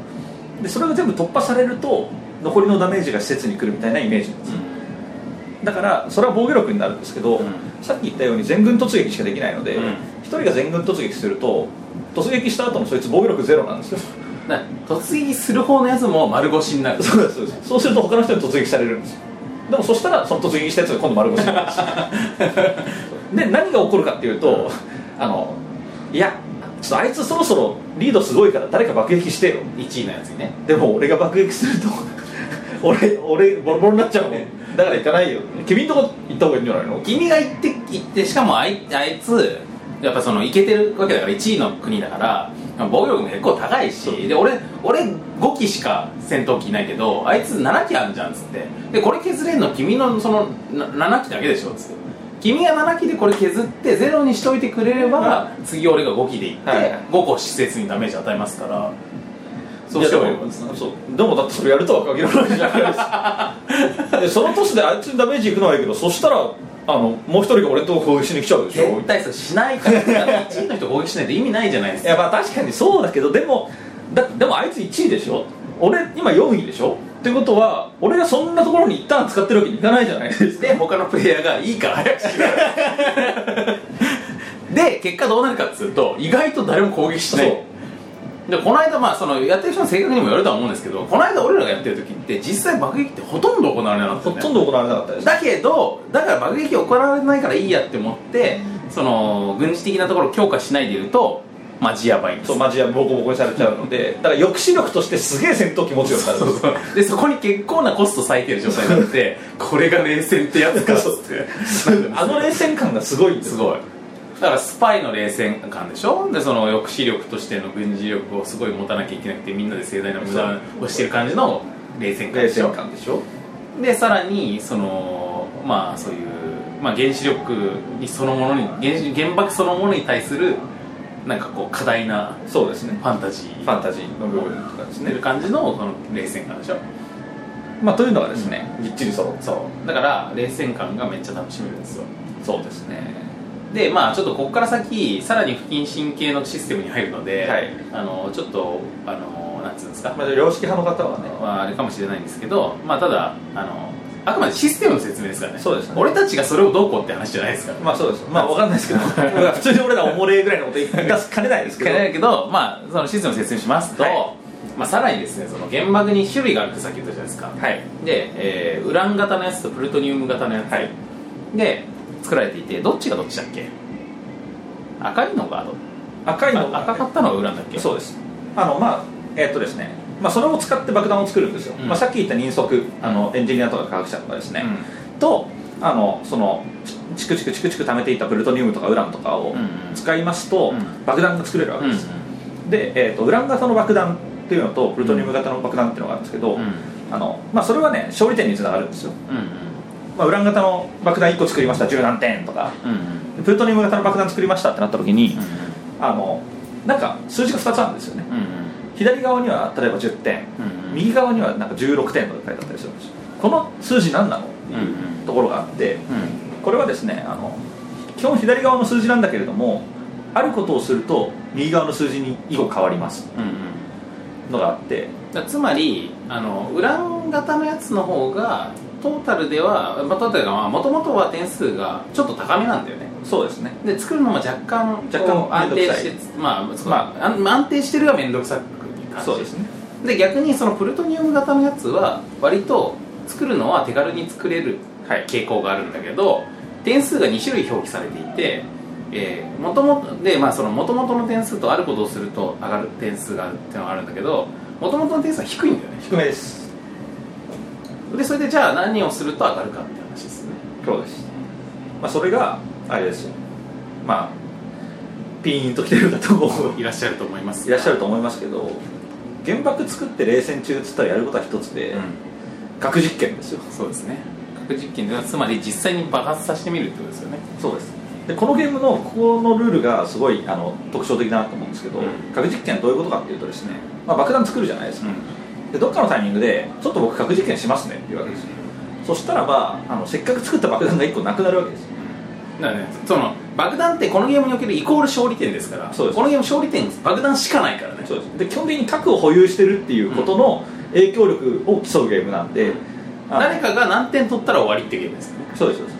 でそれが全部突破されると残りのダメージが施設に来るみたいなイメージなんですよだからそれは防御力になるんですけど、うんさっき言ったように全軍突撃しかできないので、うん一人が全軍突撃すると突撃した後もそいつ防御力ゼロなんですようんだから突撃する方のやつも丸腰になる そうですそうですそうすると他の人に突撃されるんですよでもそしたらその突撃したやつが今度丸腰になるん ですよで何が起こるかっていうとあのいやちょっとあいつそろそろリードすごいから誰か爆撃してよ1位のやつにねでも俺が爆撃すると 俺俺ボロボロになっちゃうもんだから行かないよ君んとこ行った方がいいんじゃないの君が行って行ってしかもあいあいつやっぱそのイケてるわけだから1位の国だから防御力も結構高いそうしで俺俺5機しか戦闘機いないけどあいつ7機あるじゃんっつってでこれ削れんの君のそのな7機だけでしょっつって君が7期でこれ削ってゼロにしといてくれれば次俺が5期でいってはいはい5個施設にダメージ与えますからそうしてもいいわけですねそうでもだってそれやるとは限らないじゃないですかでその年であいつにダメージいくのはいいけどそしたらあのもう一人が俺のとこ攻撃しに来ちゃうでしょ絶対そうしないから1位の人攻撃しないと意味ないじゃないですいかやまあ確かにそうだけどでもだでもあいつ1位でしょ俺今4位でしょってことは俺がそんなところに一旦使ってるわけにいかないじゃないですかで他のプレイヤーがいいから早くしろよで結果どうなるかっつうと意外と誰も攻撃しないそうでこの間まあそのやってる人の性格にもよるとは思うんですけどこの間俺らがやってる時って実際爆撃ってほとんど行われなかったほよねとんど行われなかったですだけどだから爆撃行われないからいいやって思ってその軍事的なところを強化しないでいるとマジやばいんですそうマジでボコボコにされちゃうのでだから抑止力としてすげえ戦闘機持つようになるそうそう でそこに結構なコスト割いてる状態になって これが冷戦ってやつかっつってあの冷戦感がすごいんですすよごいだからスパイの冷戦感でしょでその抑止力としての軍事力をすごい持たなきゃいけなくてみんなで盛大な無駄をしてる感じの冷戦感冷でしょ戦感でしょでさらにそのまあそういう、まあ、原子力にそのものに原子原爆そのものに対するなんかこう過大なそうですねファンタジーファンタジーの部分とかですってるね、感じのこの冷戦感でしょまあ、というのがですね、ぎっちり揃ったそうだから冷戦感がめっちゃ楽しめるんですよそうですねでまあちょっとここから先さらに不謹慎系のシステムに入るので、はいあのちょっとあのなんつうんですか、まあ、じゃあ良識派の方はねまあ、あれかもしれないんですけどまあただあのあくまでシステムの説明ですからねそうですね俺たちがそれをどうこうって話じゃないですからまあそうですまあわかんないですけど普通に俺らおもれえぐらいのこと言い出すかねないですけどだけど、まあ、そのシステムを説明しますと、はいまあ、さらにですねその原爆に種類があるってさっき言ったじゃないですか、はいで、えーウラン型のやつとプルトニウム型のやつ、はいで作られていてどっちがどっちだっけ赤いのがど赤いのが赤かったのがウランだっけそうですあのまあえっとですねまあそれを使って爆弾を作るんですよ、うんまあ、さっき言った人足あのエンジニアとか科学者とかですね、とあのそのチクチクチクチク貯めていたプルトニウムとかウランとかをうんうん使いますと、うん爆弾が作れるわうけんです、で、えっとウラン型の爆弾っていうのとプルトニウム型の爆弾っていうのがあるんですけど、うんあのまあ、それはね勝利点につながるんですよ、うんまあ、ウラン型の爆弾1個作りました10何点とかうんうんうんプルトニウム型の爆弾作りましたってなった時に、うあのなんか数字が2つあるんですよねんうん左側には例えば10点うん右側にはなんか16点とか書いてあったりするんですよこの数字何なのっていうところがあってうんこれはですねあの基本左側の数字なんだけれどもあることをすると右側の数字に以後変わりますうんうんのがあってだつまりあのウラン型のやつの方がトータルでは、まあ、トータルがもともとは点数がちょっと高めなんだよねそうですねで作るのも若干こう若干安定めんどしてまあ、そうまあん安定してるが面倒くさく感じそうですねで逆にそのプルトニウム型のやつは割と作るのは手軽に作れるはい傾向があるんだけど点数が2種類表記されていて、えー、元々でまあその元々の点数とあることをすると上がる点数があるっていうのがあるんだけど元々の点数は低いんだよね低めですでそれでじゃあ何をすると上がるかって話ですねそうです、まあ、それがあれですよまあピーンときてるんだと思ういらっしゃると思いますいらっしゃるると思いますけど原爆作って冷戦中っつったらやることは一つで、うん核実験ですよそうですね核実験ではつまり実際に爆発させてみるってことですよねそうですでこのゲームのここのルールがすごいあの特徴的だなと思うんですけど、うん核実験はどういうことかっていうとですね、まあ、爆弾作るじゃないですか、でどっかのタイミングでちょっと僕核実験しますねっていうわけですよ、そしたらばあのせっかく作った爆弾が1個なくなるわけですよだからねその爆弾ってこのゲームにおけるイコール勝利点ですからそうですこのゲーム勝利点爆弾しかないからねそうですで基本的に核を保有してるっていうことの影響力を競うゲームなんで、あの誰かが何点取ったら終わりっていうゲームですねそうですそうで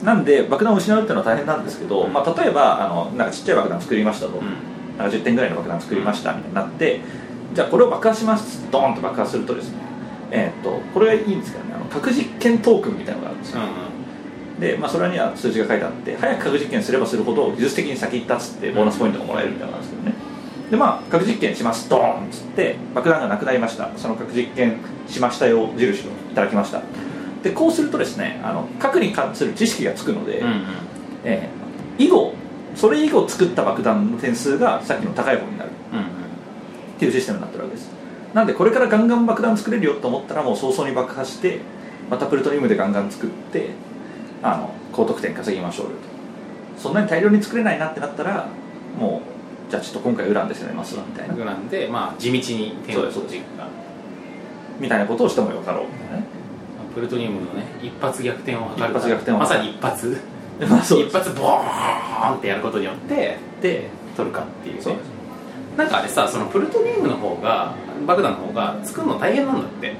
すなんで爆弾を失うっていうのは大変なんですけど、うんまあ、例えばあのなんかちっちゃい爆弾作りましたうと、なんか10点ぐらいの爆弾作りましたみたいになってじゃあこれを爆破しますドーンと爆破するとですねえーっとこれはいいんですけどねあの核実験トークンみたいなのがあるんですよ、で、まあ、それには数字が書いてあって早く核実験すればするほど技術的に先に立つってボーナスポイントがもらえるみたいなのがあるんですけどねでまあ核実験しますドーンっつって爆弾がなくなりましたその核実験しましたよ印をいただきましたでこうするとですねあの核に関する知識がつくので、うんうんえー以後それ以後作った爆弾の点数がさっきの高い方になるっていうシステムになってるわけですなんでこれからガンガン爆弾作れるよと思ったらもう早々に爆破してまたプルトニウムでガンガン作ってああの高得点稼ぎましょうよとそんなに大量に作れないなってなったらもうじゃあちょっと今回ウランで攻めますわみたいなグランで、まあ、地道に点を取っていくかみたいなことをしてもよかろうみたいなねプルトニウムのね一発逆転を図る一発逆転をまさに一発でまあそう一発ボーンってやることによってで取るかっていう,、ね、そうなんかあれさそのプルトニウムの方が爆弾の方が作るの大変なんだって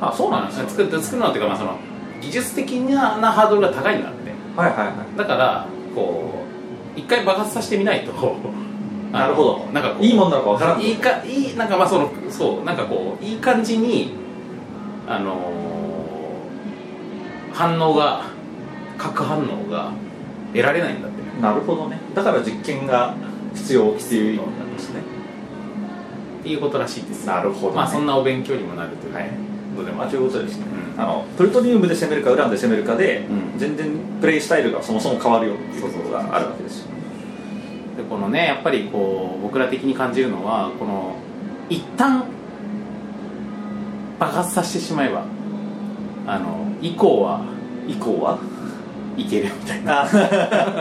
あそうなんですよ作る作るのっていうか、まあ、その技術的ななハードルが高いんだってはいはいはだからこう一回爆発させてみないといあの なるほどなんかこういいもんなのかわからんいいかいいなんかまあそのそうなんかこういい感じにあのー反応が核反応が得られないんだってなるほどねだから実験が必要っていう意味なんですねっていうことらしいですなるほどねまあそんなお勉強にもなるというはいことでもまああるということですね、うんあのプルトニウムで攻めるかウランで攻めるかで、うん全然プレイスタイルがそもそも変わるよっていうことがあるわけですよでこのねやっぱりこう僕ら的に感じるのはこの一旦爆発させてしまえばあの以降は以降はいけるみたいなあ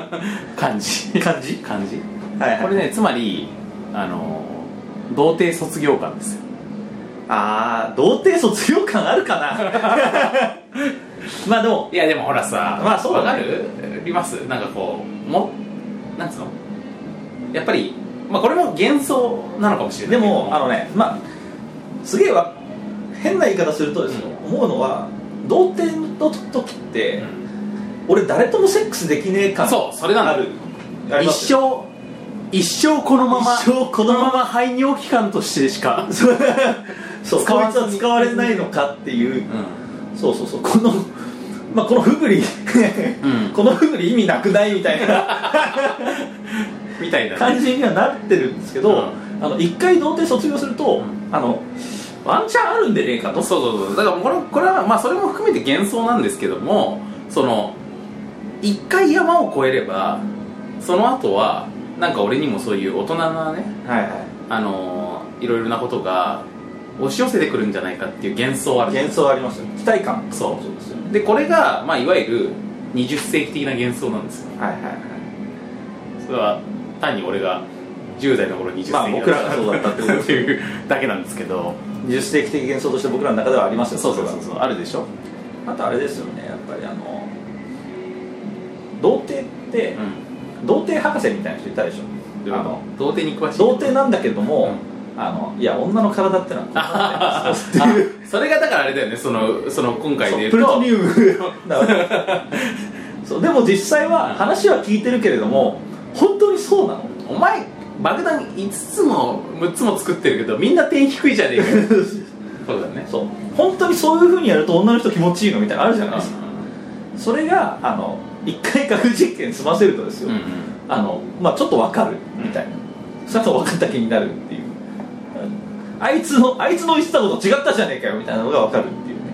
感じ感じ感じはいはいこれねつまりあの童貞卒業感ですよああ童貞卒業感あるかな まあでもいやでもほらさまあそうだねわかるりますなんかこうもなんつうのやっぱりまあこれも幻想なのかもしれなでいけどもあのねまあすげえわ変な言い方するとですよ、思うのは童貞の時って、俺誰ともセックスできねえ感そうそれなのあるあうんり一ますよ生一生このまま一生このままま排尿器官としてし かそう使こわいつずには使われないのかっていう、うんそうそうそうこのまあこのふぐりうんこのふぐり意味なくないみたい なみたいな感じにはなってるんですけど、あの一回童貞卒業すると、んあのワンチャンあるんでねえかとそうそうそうだからこれこれはまあそれも含めて幻想なんですけどもその一回山を越えればその後はなんか俺にもそういう大人なねはいはいあのーいろいろなことが押し寄せてくるんじゃないかっていう幻想はある幻想ありますよ期待感そうそうですよねでこれが、まあ、いわゆる20世紀的な幻想なんですよはいはいはいそれは単に俺が10代の頃20世紀まあ僕らがそうだったってことですって いうだけなんですけど20世紀的幻想として僕らの中ではありますそようそうそうそそうれあるでしょ、はあとあれですよねやっぱりあの童貞って、う童貞博士みたいな人いたでしん、ょあの童貞に詳しい童貞なんだけども、うあのいや女の体ってのはこうなってますよっていうあそれがだからあれだよねそのその今回で言うプルトとニウムだからそうでも実際は話は聞いてるけれども本当にそうなのお前爆弾5つも6つも作ってるけどみんな点低いじゃね えかよそうだねそう本当にそういうふうにやると女の人気持ちいいのみたいなのあるじゃないですかそれがあの一回核実験済ませるとですうよ、んうんあのまあちょっと分かるみたいな、それと分かった気になるっていうあいつのあいつの言ってたこと違ったじゃねえかよみたいなのが分かるっていうね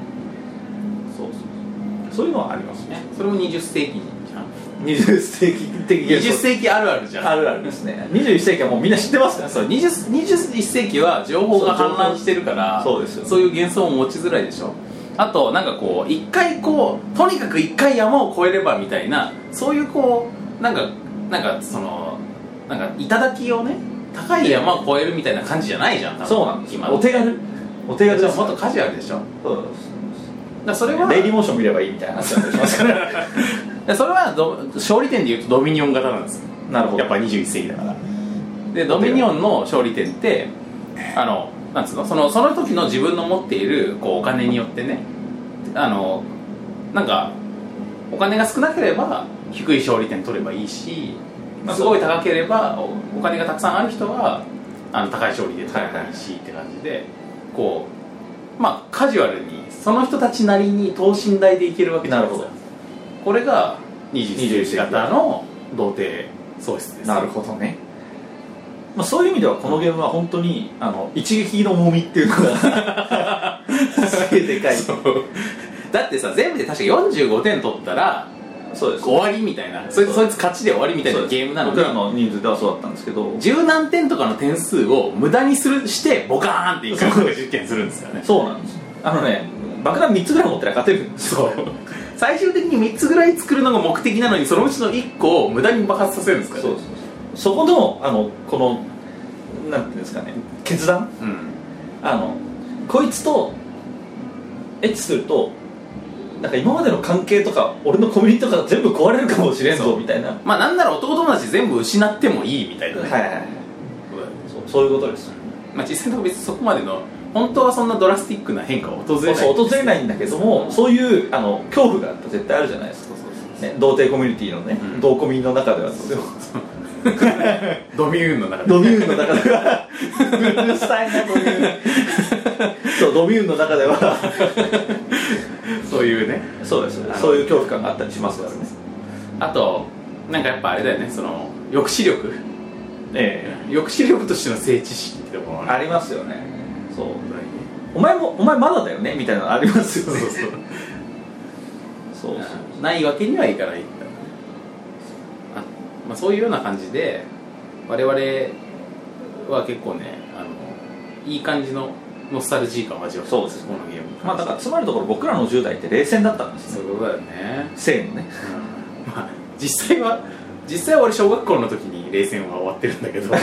そうそうそうそういうのはありますねねそれも20世紀じゃん20世紀的20幻想世紀あるあるじゃんあるあるですね21世紀はもうみんな知ってますからそう20 21世紀は情報が氾濫してるからそうですよそういう幻想も持ちづらいでしょあとなんかこう一回こうとにかく一回山を越えればみたいなそういうこうなんかなんかそのなんか頂をね高い山を越えるみたいな感じじゃないじゃん多分そうなんです今お手軽お手じゃ軽であすもっとカジュアルでしょだかそうそうそうらそれはレイリーモーション見ればいいみたいな話なんでしますか らそれはど勝利点でいうとドミニオン型なんですよ なるほどやっぱ21世紀だからでドミニオンの勝利点ってあのなんつうのそのその時の自分の持っているこうお金によってねあのなんかお金が少なければ低い勝利点取ればいいし、まあすごい高ければおお金がたくさんある人はあの高い勝利点取ればいいしって感じでこうまあカジュアルにその人たちなりに等身大でいけるわけじゃないですなかるこれが21 21世紀型の童貞喪失ですなるほどね、まあ、そういう意味ではこのゲームは本当にあの一撃の重みっていうのが すげえでかいそうだってさ全部で確か45点取ったらそうで終わりみたいなそいつそいつ勝ちで終わりみたいなゲームなの僕らにの人数ではそうだったんですけど十何点とかの点数を無駄にするしてボカーンって一回そう実験するんですよねそうなんですあのね爆弾3つぐらい持ってりゃ勝てるんですそう最終的に3つぐらい作るのが目的なのにそのうちの1個を無駄に爆発させるんですから、そうそうそうそこのあのこのなんていうんですかね決断うんあのこいつとエッチするとなんか今までの関係とか俺のコミュニティとか全部壊れるかもしれんそぞうみたいなはまあなんなら男友達全部失ってもいいみたいいなね、はいそうそういうことですまあ、実際のところ別にそこまでの本当はそんなドラスティックな変化は訪れなそういそう訪れないんだけどもそういうあの恐怖があった絶対あるじゃないですそうそうか、ね、童貞コミュニティのね、うん同コミの中ではそうドミューンの中でドミューンの中ではうるさいなドミューンそうドミューンの中ではそういうねそうですあのそういう恐怖感があったりしますからねあとなんかやっぱあれだよねその抑止力え抑止力としての性知識ってところえはあねりますよねそう本当にねお前もお前まだだよねみたいなのありますよそうねそうそうそうそうないわけにはいかないあ、まあ、そういうような感じで我々は結構ねあのいい感じのノスタルジー感を味わってそうですこのゲームに関してまあだからつまるところ僕らの10代って冷戦だったんですよそういうことだよね、性のねうんまあ実際は実際は俺小学校の時に冷戦は終わってるんだ けどマ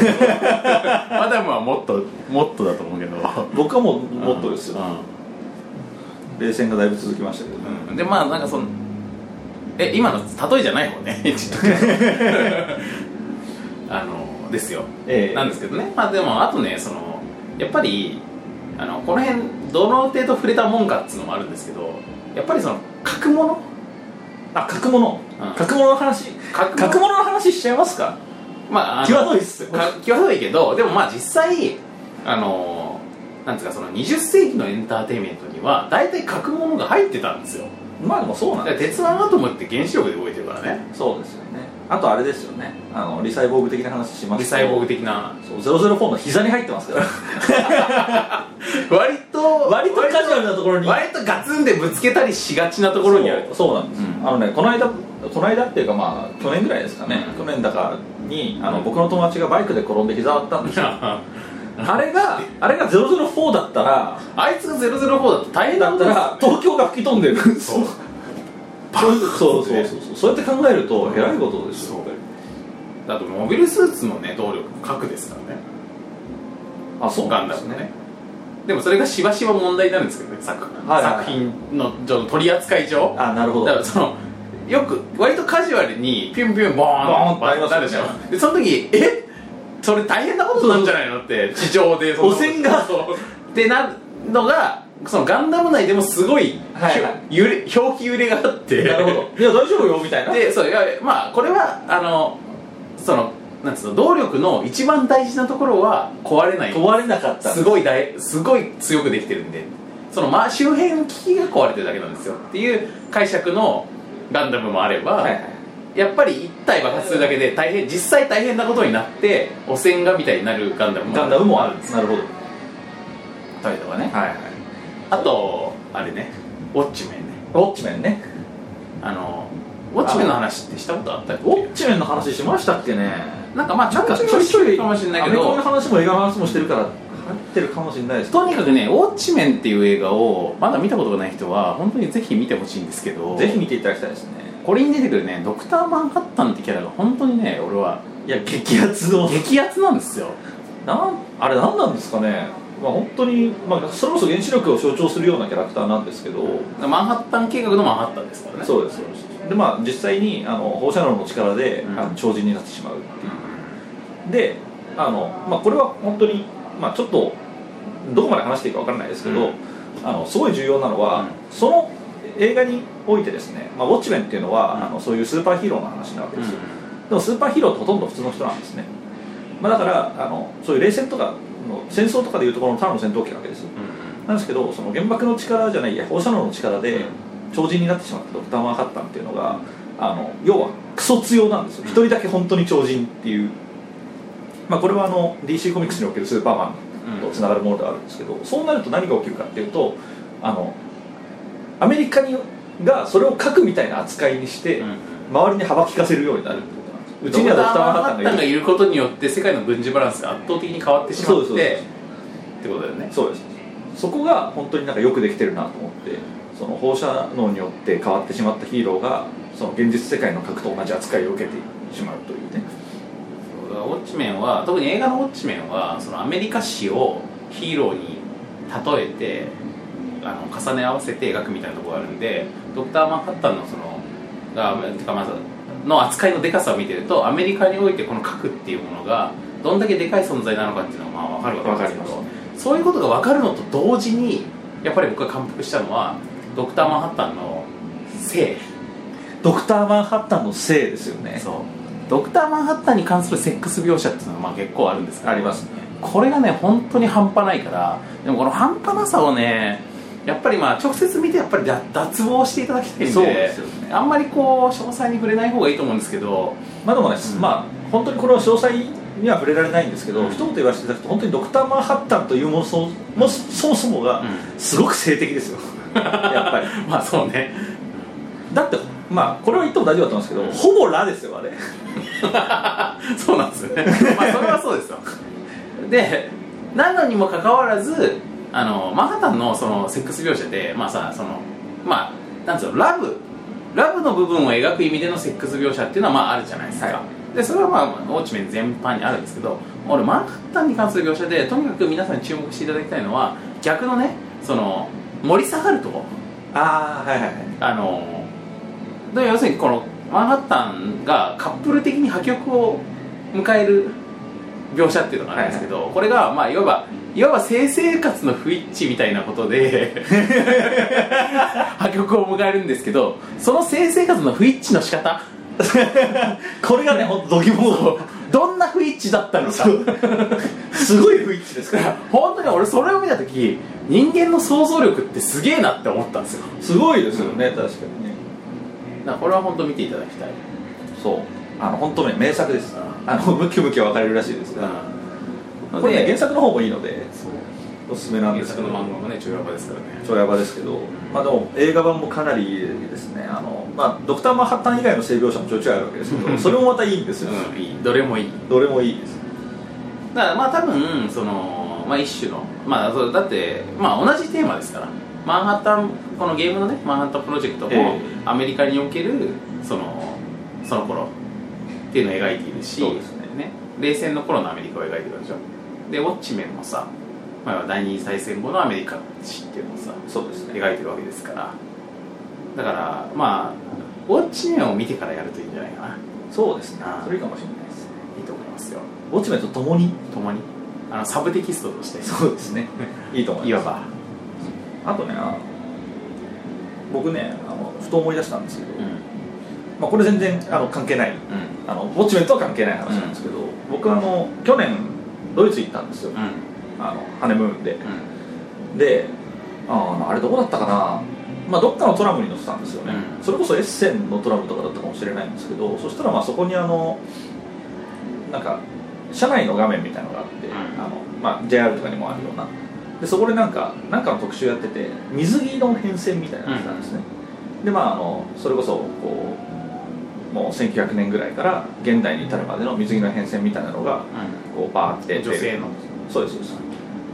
ダムはもっともっとだと思うけど僕はもうもっとですようん冷戦がだいぶ続きましたけどねうんでまあなんかそのえ今の例えじゃない方 ねちょっとあのですよええなんですけどねまあでもあとねそのやっぱりあのこの辺どの程度触れたもんかっつうのもあるんですけどやっぱりその書くものあ角物うん角物の話書くもの角物の話しちゃいますかまああの際どいっすよか際どいけどでもまあ実際あのなんていうかその20世紀のエンターテインメントには大体書くものが入ってたんですよまあでもそうなだんからです鉄腕アトムって原子力で動いてるからねそうですよねあとあれですよねあのリサイボーグ的な話しますリサイボーグ的的なそう004の膝に入ってますから割と 割とカジュアルなところに割とガツンでぶつけたりしがちなところにあるそうそうなんです、うんあのねこの間この間っていうかまあ去年ぐらいですかね、うん去年だからにあの、うん僕の友達がバイクで転んで膝割ったんですよあれがあれが004だったら あいつが004だと大変なだこっとたですら東京が吹き飛んでるそうそうそうそうそうそうそうやって考えると偉いことですよそうだとモビルスーツのね動力も核ですからねあそうガなンんでダすムのねねでもそれがしばしば問題になるんですけどね作,、はいはいはい作品のちょっと取り扱い上あなるほだかどらそのよく割とカジュアルにピュンピュンボーンボーンってなりますよなるねでしょでその時えそれ大変なことなんじゃないのって地上でその汚染がそうってなるのがそのガンダム内でもすごい、はいはい揺れ表記揺れがあってなるほどいや大丈夫よみたいなでそういやまあこれはあのそのなんつうの動力の一番大事なところは壊れない壊れなかったすごい大すごい強くできてるんでその、まあ、周辺の機器が壊れてるだけなんですよっていう解釈のガンダムもあれば、はいはいやっぱり1体爆発するだけで大変実際大変なことになって汚染がみたいになるガンダムもガンダムもあるなるほどたりとかねはいはいあとあれねウォッチメンねウォッチメンねあのウォッチメンの話ってしたことあったっけウォッチメンの話しましたっけねなんかまあちょっとちょいちょいかもしれないけアメコミのど話も映画の話もしてるから入ってるかもしれないですとにかくねウォッチメンっていう映画をまだ見たことがない人は本当にぜひ見てほしいんですけどぜひ見ていただきたいですねこれに出てくるねドクター・マンハッタンってキャラが本当にね俺はいや激アツの激アツなんですよなんあれ何なんですかねまあ本当にまあそれこそ原子力を象徴するようなキャラクターなんですけど、マンハッタン計画のマンハッタンですからねそうですそうですでまあ実際にあの放射能の力で、うんあの超人になってしまううであの、まあ、これは本当に、まあ、ちょっとどこまで話していいか分からないですけど、うんあのすごい重要なのうは、んその映画においてですね、まあ、ウォッチメンっていうのは、うんあのそういうスーパーヒーローの話なわけんですよ、でもスーパーヒーローってほとんど普通の人なんですね、まあ、だからあのそういう冷戦とかの戦争とかでいうところのただの戦闘機なわけですよなんですけどその原爆の力じゃないいや放射能の力で超人になってしまったドクター・マンハッタンっていうのがあの要はクソ強なんですよ一人だけ本当に超人っていう、まあ、これはあの DC コミックスにおけるスーパーマンとつながるものではあるんですけどそうなると何が起きるかっていうとあのアメリカにがそれを核みたいな扱いにして周りに幅利かせるようになるってことなんですううちにはドクター・マンハッタンドクターマンハッタンががいるいることによって世界の軍事バランスが圧倒的に変わってしまそっうですそうてでってことだよねそうですそこが本当になんかよくできてるなと思ってその放射能によって変わってしまったヒーローがその現実世界の核と同じ扱いを受けてしまうというねウォッチメンは特に映画のウォッチメンはそのアメリカ史をヒーローに例えてあの重ね合わせて描くみたいなところがあるんでドクター・マンハッタンのそのがてかまあの扱いのでかさを見てるとアメリカにおいてこの核っていうものがどんだけでかい存在なのかっていうのがまあ分かるわけですけわどかそういうことが分かるのと同時にやっぱり僕が感服したのはドクター・マンハッタンの性ドクター・マンハッタンのせいですよねそうドクター・マンハッタンに関するセックス描写っていうのがまあ結構あるんですけどありますねこれがね本当に半端ないからでもこの半端なさをねやっぱりまあ直接見てやっぱりだ脱帽していただきたいんでそうですよねあんまりこう詳細に触れない方がいいと思うんですけどまあでもね、うんまあ本当にこれは詳細には触れられないんですけど、うん一言言わせていただくと本当にドクター・マンハッタンというものそもそもそもがうすごく性的 ですよやっぱりまあそうねだってまあこれは言っても大丈夫だと思うんですけど、ほぼラですよあれ そうなんですよねまあそれはそうですよでなのにもかかわらずあのマンハッタンのそのセックス描写でまあさそのまあなんつうのラブラブの部分を描く意味でのセックス描写っていうのはまああるじゃないですか、はでそれはまあオーチメン全般にあるんですけど俺マンハッタンに関する描写でとにかく皆さんに注目していただきたいのは逆のねその盛り下がるとこああはいはいはいあので要するにこのマンハッタンがカップル的に破局を迎える描写っていうのがあるんですけど、これがまあいわばいわば性生活の不一致みたいなことで 破局を迎えるんですけどその性生活の不一致の仕方これがね本当度肝をどんな不一致だったのかそうすごい不一致ですから本当に俺それを見た時人間の想像力ってすげえなって思ったんですよすごいですよね、確かにねだからこれは本当見ていただきたい、そうあの本当ね名作ですうんあのムキムキは分かれるらしいですが、うん、これねで原作の方もいいのでそうおすすめなんで原す作けどの漫画もね重要ですからねちょやばですけど、まあ、でも映画版もかなりいいですねあの、まあ、ドクター・マンハッタン以外の性描写もちょいちょいあるわけですけどそれもまたいいんですよ、うんいいどれもいいどれもいいですだからまあ多分そのまあ一種のまあそうだってまあ同じテーマですからマンハッタンこのゲームのねマンハッタンプロジェクトえもえアメリカにおけるそのその頃っていうのを描いているしそうですね冷戦の頃のアメリカを描いてるでしょでウォッチメンもさ、まあ、要は第二次大戦後のアメリカ史っていうのをさそうですね描いてるわけですからだからまあウォッチメンを見てからやるといいんじゃないかなそうですねあーそれいいかもしれないですねいいと思いますよウォッチメンと共に共にあのサブテキストとしてそうですね いいと思いますいわば、あとねあの僕ねあのふと思い出したんですけど、うんまあ、これ全然あの関係ないうんあのウォッチメンとは関係ない話なんですけど、僕あの去年ドイツ行ったんですよ、うんあのハネムーンでであああれどこだったかなまあどっかのトラムに乗ってたんですよね、うんそれこそエッセンのトラムとかだったかもしれないんですけどそしたらまあそこにあのなんか車内の画面みたいのがあって、うんあのまあ、JR とかにもあるようなでそこでなんかなんかの特集やってて水着の変遷みたいなのやってたんですね、でまああのそれこそこうもう1900年ぐらいから現代に至るまでの水着の変遷みたいなのがこうバーってで女性のそうですそうです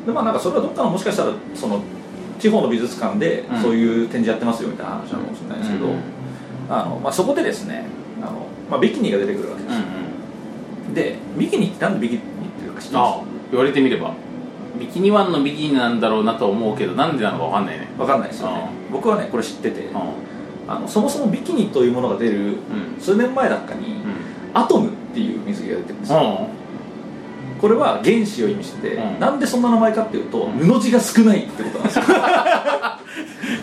でまあなんかそれはどっかのもしかしたらその地方の美術館でうんそういう展示やってますよみたいな話なのかもしれないですけど、うんあのまあ、そこでですねあの、まあ、ビキニが出てくるわけです、でビキニってなんでビキニっていうか知ってあま言われてみればビキニワンのビキニなんだろうなと思うけどなんでなのかわかんないねすわかんないですよね僕はねこれ知っててうんあのそもそもビキニというものが出るうん数年前だったに、アトムっていう水着が出てるんですよ、うこれは原子を意味してて、うんなんでそんな名前かっていうと、うん布地が少ないってことなんで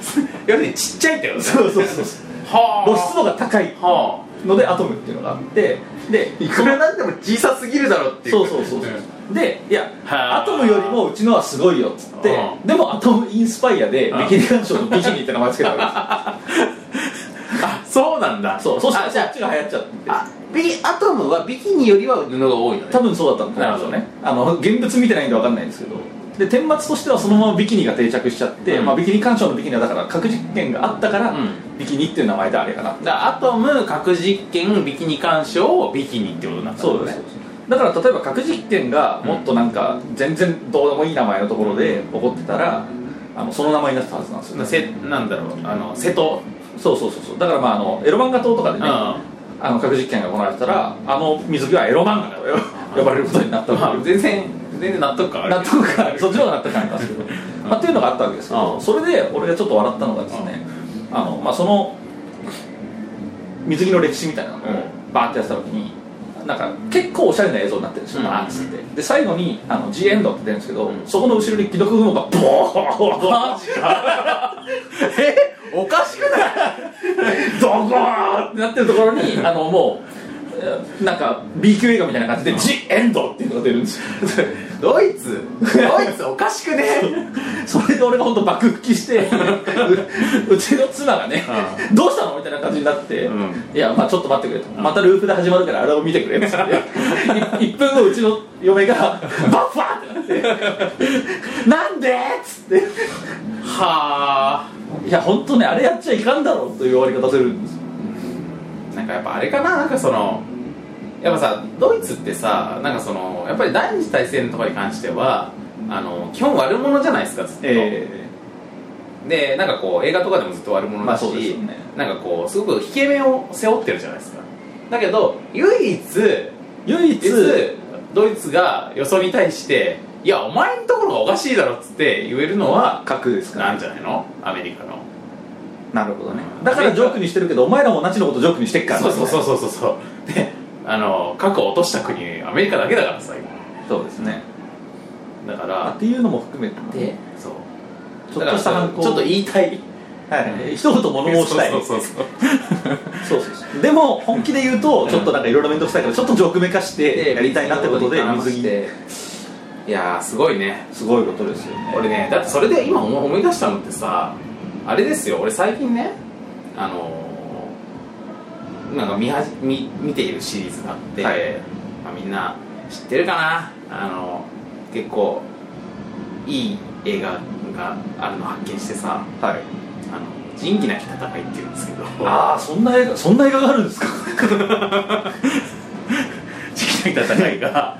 す よん要するにちっちゃいってことねそうそうそうそうはあ露出度が高いはのでアトムっていうのがあってであいくらなんでも小さすぎるだろうっていうそうそうそうそうでいやはあアトムよりもうちのはすごいよっつってうでもアトムインスパイアでうんビキニ鑑賞のビキニって名前つけたわあそうなんだけですよそうそしたあらじそゃっちが流行っちゃってああビアトムはビキニよりは布が多いのね多分そうだったんだと思うんですよねあの現物見てないんで分かんないんですけどで顛末としてはそのままビキニが定着しちゃって、うんまあ、ビキニ鑑賞のビキニはだから核実験があったから、うんビキニっていう名前であれかなだからアトム核実験ビキニ鑑賞ビキニってことになったんだそうですねだから例えば核実験がもっとなんか全然どうでもいい名前のところで起こってたら、あのその名前になってたはずなんですよねせなんだろうあの瀬戸そうそうそうそうだからまああのエロ漫画党とかでね、あの核実験が行われてたらあの水着はエロ漫画とよ呼ばれることになったまわあけで全然全然納得感ある納得感そっちの方が納得感ありますけど、まあ、っていうのがあったわけですけど、うんそれで俺がちょっと笑ったのがですね、あのまあ、その水着の歴史みたいなのをうんバーってやってた時になんか結構おしゃれな映像になってるんですよ、うんバーっつってで最後にあの G エンドって出るんですけど、うんそこの後ろに既読雲がボーンおかしくない ドゴーンってなってるところにあのもうえーなんか B 級映画みたいな感じで「ジ・エンド」っていうのが出るんですよドイツ ドイツおかしくね それで俺が本当爆吹きして ううちの妻がね「どうしたの?」みたいな感じになって「うんいやまあちょっと待ってくれ」と「またループで始まるからあれを見てくれ」っつって 1分後うちの嫁がバッファーってなって「なんで?」っつってはあいや本当ねあれやっちゃいかんだろうという終わり方するんですよなんかやっぱあれかななんかそのやっぱさドイツってさなんかそのやっぱり第二次大戦とかに関してはあの基本悪者じゃないですかずっと、でなんかこう映画とかでもずっと悪者まあだし、そうですよねなんかこうすごく引け目を背負ってるじゃないですかだけど唯一唯唯一一ドイツがよそに対して「いやお前のところがおかしいだろ」っつって言えるのは核ですからなんじゃないのアメリカのなるほどねだからジョークにしてるけどお前らも同じのことジョークにしてっからそうそうそううそうそうそうであの核を落とした国アメリカだけだからさ今そうですねだかあっらていうのも含めてでそうちょっとしただから反そう抗ちょっと言いたいはい一言物申したいそうそうそうそうそうそうでも本気で言うとちょっとなんかいろいろ面倒くさいからちょっとジョークめかしてやりたいなってことで水着いやーすごいねすごいことですよね俺ねだってそれで今思思い出したのってさあれですよ俺最近ねあのー、なんか見はじ見見ているシリーズがあって、はいまあ、みんな知ってるかなあの結構いい映画があるの発見してさは「いあの仁義なき戦い」っていうんですけど ああそんな映画そんな映画があるんですか仁義なき戦いが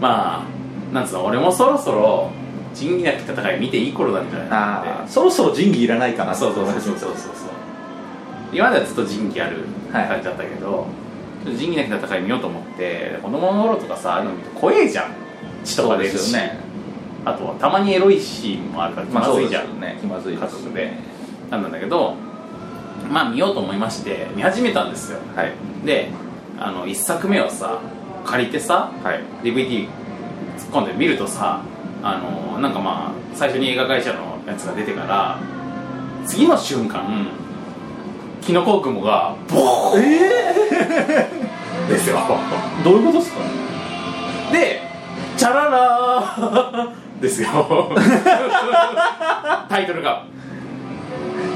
まあなんつうの俺もそろそろ仁義なき戦い見ていい頃なんじゃないかなってああそろそろ仁義いらないかなそうそうそうそうそうそう今まではずっと仁義あるはい感じだったけど、ちょっと仁義なき戦い見ようと思って子供の頃とかさああいうの見て怖えじゃん血とそかう出でるすし、よねあとはたまにエロいシーンもあるから気まずいじゃん、ね気まずい家族でなんだけどまあ見ようと思いまして見始めたんですよはいであの1作目をさ借りてさはい DVD 突っ込んで見るとさあのなんかまあ最初に映画会社のやつが出てから次の瞬間キノコ雲がボーンですよどういうことですかでチャララーです よタイトルが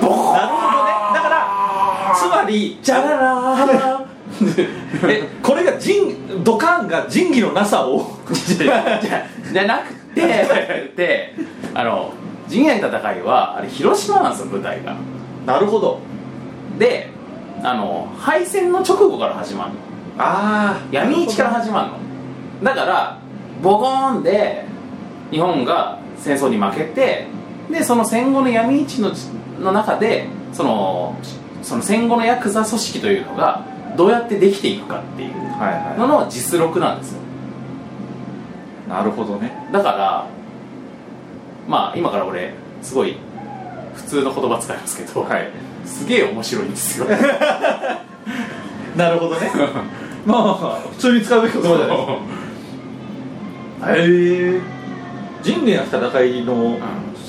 なるほどねだからつまりじゃららーえこれが仁ドカーンが仁義のなさをじゃじゃなくてであの仁義なき戦いはあれ広島なんですよ舞台がなるほどであの敗戦の直後から始まるのああ闇市から始まるのだからボコーンで日本が戦争に負けてでその戦後の闇市のの中でそのその戦後のヤクザ組織というのがどうやってできていくかっていうはいのはの実録なんですよいなるほどねだからまあ今から俺すごい普通の言葉使いますけど、いすげえ面白いんですよなるほ どねまあまあまあ普通に使うべき言葉じゃないですかへえ人類の戦いの、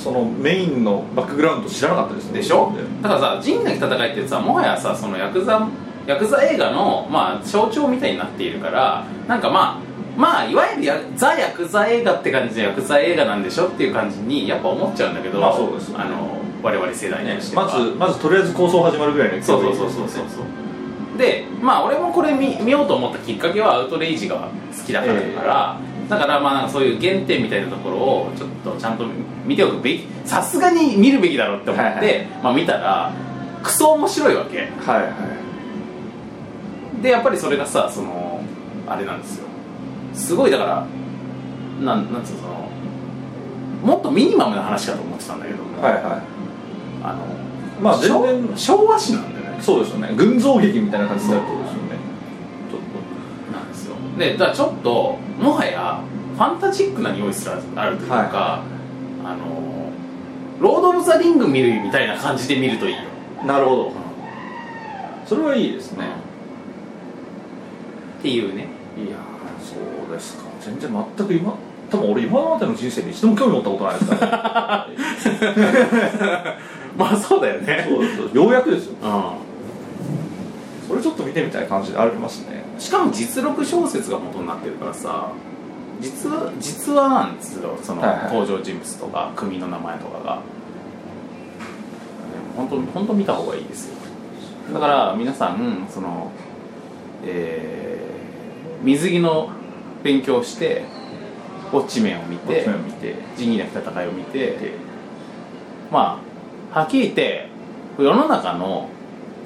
そのメインのバックグラウンド知らなかった ですねでしょだからさ「仁義なき戦い」ってさもはやさそのヤクザヤクザ映画の、まあ、象徴みたいになっているからなんかまあまあいわゆるやザ・ヤクザ映画って感じでヤクザ映画なんでしょっていう感じにやっぱ思っちゃうんだけど、まあそうですよねあの我々世代ねとしては、まずまずとりあえず構想始まるぐらいのそうそうそうそうそうそうでまあ俺もこれ見見ようと思ったきっかけはアウトレイジが好きだからだから、だからまあなんかそういう原点みたいなところをちょっとちゃんと見ておくべきさすがに見るべきだろうって思って、はいはいまあ見たらクソ面白いわけはいはいでやっぱりそれがさそのあれなんですよすごいだからなんなんつうのそのもっとミニマムな話かと思ってたんだけどはいはあのいまあ全然昭昭和史なんだよねそうですよね群像劇みたいな感じになるってことですよねちょっなんですよでだからちょっともはやファンタジックな匂いすらあるというか、はあのロード・オブ・ザ・リング見るみたいな感じで見るといいよとなるほどそれはいいですねっていうねいやーそうですか全然全く今多分俺今までの人生で一度も興味持ったことないです から、ね、まあそうだよねそうですそうですようやくですようそれちょっと見てみたい感じありますねん、しかも実録小説が元になってるからさ実は実はなんですよそのはいはい登場人物とか組の名前とかが本当本当見た方がいいですよだから皆さんそのえー水着の勉強をしてウォッチメンを見こってちを見て仁義なき戦いを見てまあはっきり言って世の中の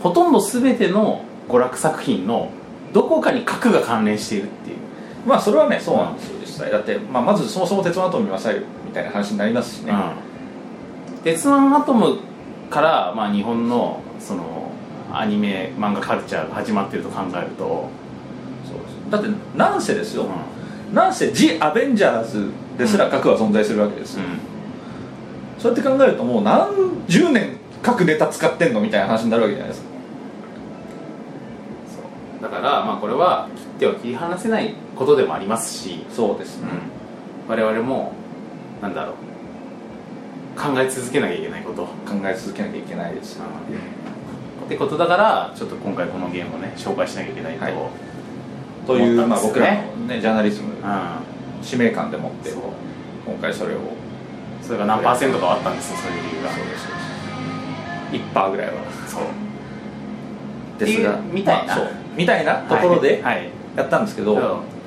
ほとんど全ての娯楽作品のどこかに核が関連しているっていうまあそれはねそうなんですよ実際だって、まあ、まずそもそも鉄腕アトム見なさいよみたいな話になりますしね、うん、鉄腕アトムから、まあ、日本のそのアニメ漫画カルチャーが始まってると考えると、そうですだってなんせですよ、うんなんせ「ジ・アベンジャーズ」ですら核は存在するわけですよ、そうやって考えるともう何十年核ネタ使ってんのみたいな話になるわけじゃないですかそうだから、まあ、これは切っては切り離せないことでもありますし、そうですうん、我々もなんだろう考え続けなきゃいけないこと、考え続けなきゃいけないですよってことだからちょっと今回このゲームをね紹介しなきゃいけないと、はいうんという、思ったんでまあ、すよ僕ねらの、ね、ジャーナリズム使命感でもってそう今回それをそれが何パーセントかはあったんですよそういう理由が1パーぐらいはそうですがっていうみたいなまあそうみたいなところではい、はいやったんですけど、うん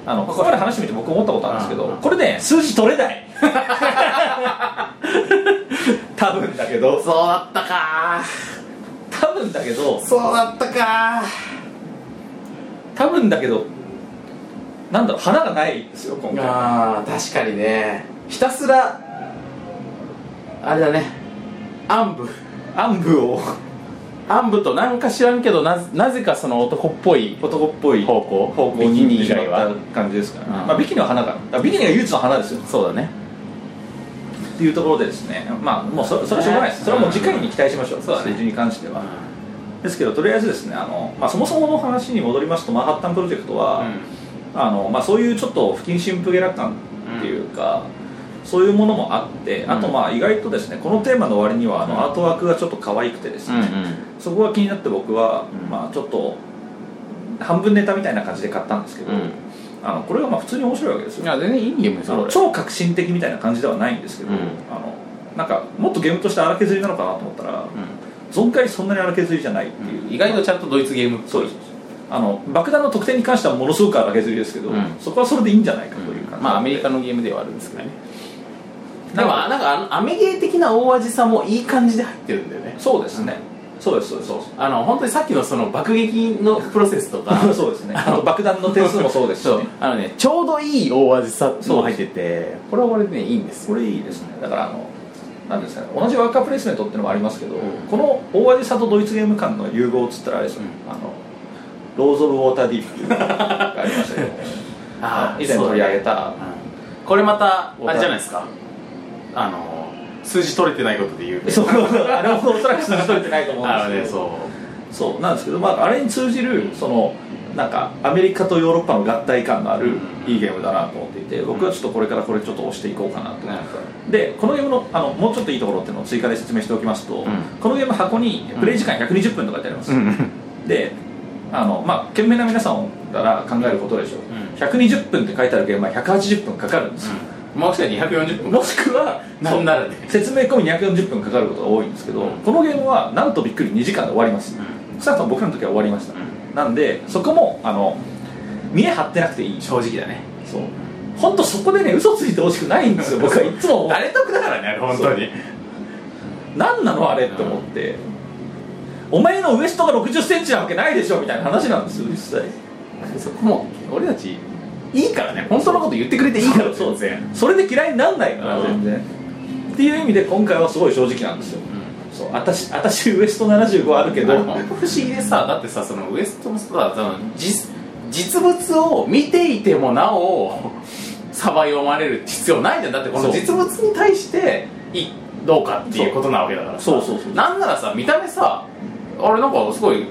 あのここまで話してみて僕思ったことあるんですけど、うんこれね数字取れない多分だけどそうだったか多分だけどーそうだったか多分だけどなんだろう花がないですよ今ー回あー確かにねひたすらあれだね暗部暗部を暗部となんか知らんけどななぜかその男っぽい男っぽい方向方向ビにキ行っニて以しま外はった感じですから、うんまあ、ビキニは花があビキニが唯一の花ですよそうだねっていうところでですねまあもうそそれはしょうがないですそれはもう次回に期待しましょうそうだね数字に関しては、ですけどとりあえずですねあの、まあ、そもそもの話に戻りますとマンハッタンプロジェクトは、あのまあ、そういうちょっと不謹慎プゲラ感っていうか、そういうものもあってあとまあ意外とですねこのテーマの割にはあうんのアートワークがちょっと可愛くてですうんうんね、そこが気になって僕は、うんまあ、ちょっと半分ネタみたいな感じで買ったんですけど、うんあのこれがまあ普通に面白いわけですいよや全然いいゲームですあよのこれ超革新的みたいな感じではないんですけど、うんあのなんかもっとゲームとして荒削りなのかなと思ったら、存外そんなに荒削りじゃないっていう、うん意外とちゃんとドイツゲームっぽいそうですあの爆弾の得点に関してはものすごく荒削りですけど、うんそこはそれでいいんじゃないかという感じなので、まあアメリカのゲームではあるんですけどねでなんもかなんかあのアメゲー的な大味さもいい感じで入ってるんだよねそうですね、そうですそうですそうですあの本当にさっきのその爆撃のプロセスと かそうですねあと爆弾の点数もそうですし、そうね、あのねちょうどいい大味さそもう入っててこれはこれでねいいんですこよれいいですねだからあのなんですかね同じワーカープレイスメントっていうのもありますけど、うんこの大味さとドイツゲーム間の融合っつったらあれですよ、うあのローズ・オブ・ウォーター・ディープっていうのがありましたけど あー以前取り上げそうただねうんこれまたあれじゃないですかあの数字取れてないことで言うとそうあれもおそらく数字取れてないと思うんであすのけどねそうそうなんですけど、まあ、あれに通じるそのなんかアメリカとヨーロッパの合体感のあるいいゲームだなと思っていて僕はちょっとこれからこれちょっと押していこうかなと、でこのゲームのあのもうちょっといいところっていうのを追加で説明しておきますと、んこのゲーム箱にプレイ時間120分とかってあります、であのまあ賢明な皆さんから考えることでしょう、ん120分って書いてあるゲームは180分かかるんですよ、もしかして240分もしくはなんならね説明込み240分かかることが多いんですけど、うんこのゲームはなんとびっくり2時間で終わります、少なくとも僕らの時は終わりました、うんなんでそこもあの見え張ってなくていい正直だねそう本当そこでね嘘ついてほしくないんですよ僕はいつも思うあれ得だからねあれ本当に何なのあれって思って、お前のウエストが6 0センチなわけないでしょみたいな話なんですよ実際そこも俺たちいいからね本当のこと言ってくれていいからそう全然それで嫌いになんないからうん全然、っていう意味で今回はすごい正直なんですようそう私私ウエスト75あるけん、あれど本当不思議でさだってさそのウエストもさその実実物を見ていてもなおさばいをまれる必要ないじゃんだってこそのう実物に対していどうかっていうことなわけだからさそうそうそうなんならさ見た目さあれなんかすごい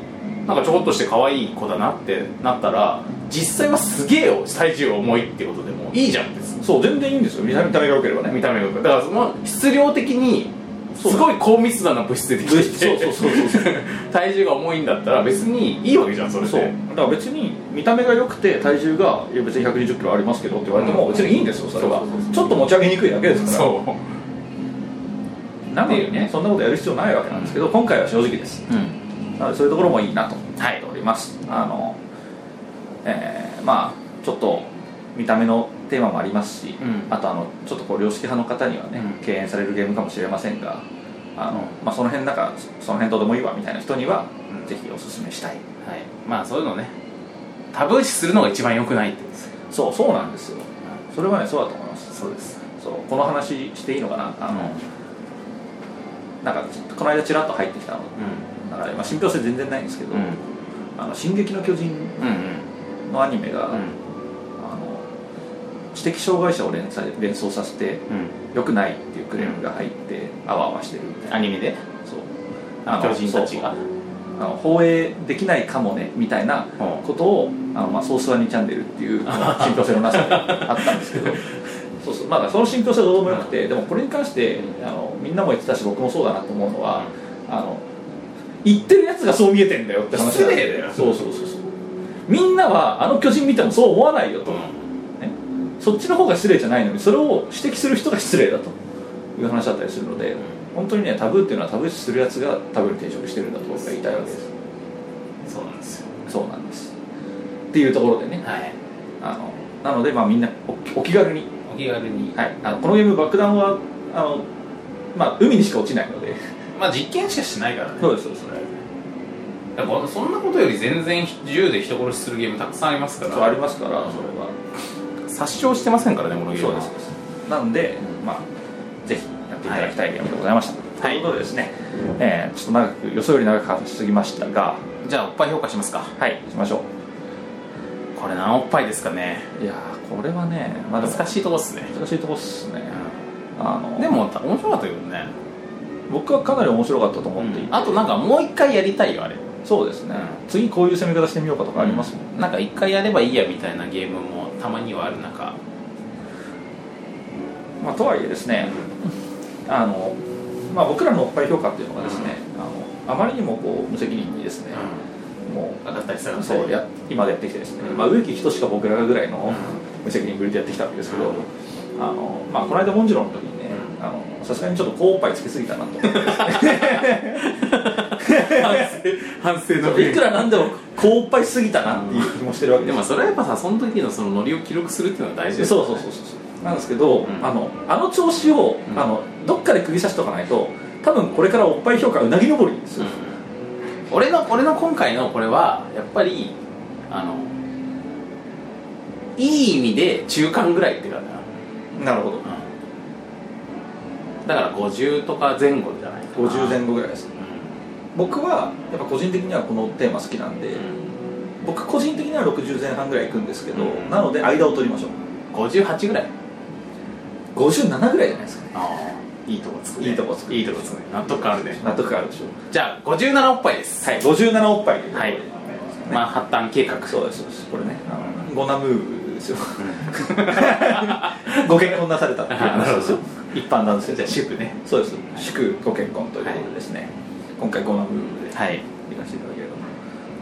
なんかちょこっとして可愛い子だなってなったら実際はすげえよ体重重いってことでもういいじゃん別にそう全然いいんですよ見た見た目が良ければね見た目がだからその質量的にすごい高密度な物質でできてて物質そうそうそうそ 体重が重いんだったら別にいいわけじゃんそれでそうだから別に見た目が良くて体重がいや別に1 2 0キロありますけどって言われても別にいいんですよそれはそうそうそうちょっと持ち上げにくいだけですからそなのっていでうねねそんなことやる必要ないわけなんですけど今回は正直ですううんなのでそういうところもいいなとはい思っておりますあのえーまあちょっと見た目のテーマもありますし、うんあとあのちょっとこう良識派の方にはね、うん敬遠されるゲームかもしれませんがあの、まあ、その辺なんかそその辺どうでもいいわみたいな人には、うんぜひおすすめしたいはいまあそういうのねタブー視するのが一番良くないってそうそうなんですよそれはねそうだと思いますそうですそうこの話していいのかなあの、なんかこの間ちらっと入ってきたのうだから今信憑性全然ないんですけど「んうんあの進撃の巨人うん」のアニメが、うんあの知的障害者を連載連想させてうん良くないっていうクレームが入って、あわあわしてるみたいなアニメでそうあの巨人たちがそうあの放映できないかもねみたいなことをあの、まあ、ソースワニチャンネルってい うまあ信憑性のなさであったんですけどそうそうまだその信憑性はどうでもよくてでもこれに関してあのみんなも言ってたし僕もそうだなと思うのはあの言ってるやつがそう見えてんだよって話失礼だよそうそうそうそうみんなはあの巨人見てもそう思わないよと、そっちの方が失礼じゃないのにそれを指摘する人が失礼だという話だったりするので本当にねタブーっていうのはタブー視するやつがタブーに抵触してるんだと僕は言いたいわけですそうなんですよそうなんですっていうところでねはいあのなのでまあみんなおお気軽に、お気軽にはい、あのこのゲーム爆弾はあの、まあ、海にしか落ちないのでまあ実験しかしないからねそうですそうですやっぱそんなことより全然銃で人殺しするゲームたくさんありますかそうあらりますからそれは殺傷してませんからねこのゲーそうムではすそうですなので、まあ、ぜひやっていただきたいゲームでございました、はいということでですね、えーちょっと長く予想より長く話しすぎましたがじゃあおっぱい評価しますかはいしましょこれ何おっぱいですかねういやーこれはね、まあ、でも難しいとこっすね難しいとこっすねあのでも面白かったけどね、僕はかなり面白かったと思っていて、あとなんかもう一回やりたいよあれそうですね、う次こういう攻め方してみようかとかありますもん、なんか一回やればいいやみたいなゲームもたまにはある中まあ、とはいえですねあの、まあ、僕らのおっぱい評価っていうのがですね、あのあまりにもこう無責任にですね、も上がったりするうのそうや今までやってきてですね、うんまあ、植木仁しか僕らぐらいのう無責任ぶりでやってきたわけですけど、うんあのまあ、この間モンジロの時にねうあのさすがにちょっと高おっぱいつけすぎたなと 反省いくらなんでも高おっぱいすぎたなっていう気もしてるわけでですもそれはやっぱさその時のそのノリを記録するっていうのは大事ですそうそうそうそうそうなんですけど、うんあのあの調子を、うんあのどっかで釘刺しとかないと多分これからおっぱい評価うなぎ登りですよ、俺の俺の今回のこれはやっぱりあのいい意味で中間ぐらいって感じだな、なるほどだから50とか前後じゃないかな50前後ぐらいです僕はやっぱ個人的にはこのテーマ好きなんで、うん、僕個人的には60前半ぐらいいくんですけど、うんなので間を取りましょう58ぐらい57ぐらいじゃないですかああいいとこつく、ね、いいとこつくいいとこつくね納得感あるね納得感あるでしょじゃあ57おっぱいですはい57おっぱいということはでいまあ発端計画そうですそうですこれねあのゴナムーブですよ ご結婚なされたっていう話ですよ一般男性じゃあ主婦ねそうです祝ご結婚ということでですね、今回ゴナムーブではい行かせていただければ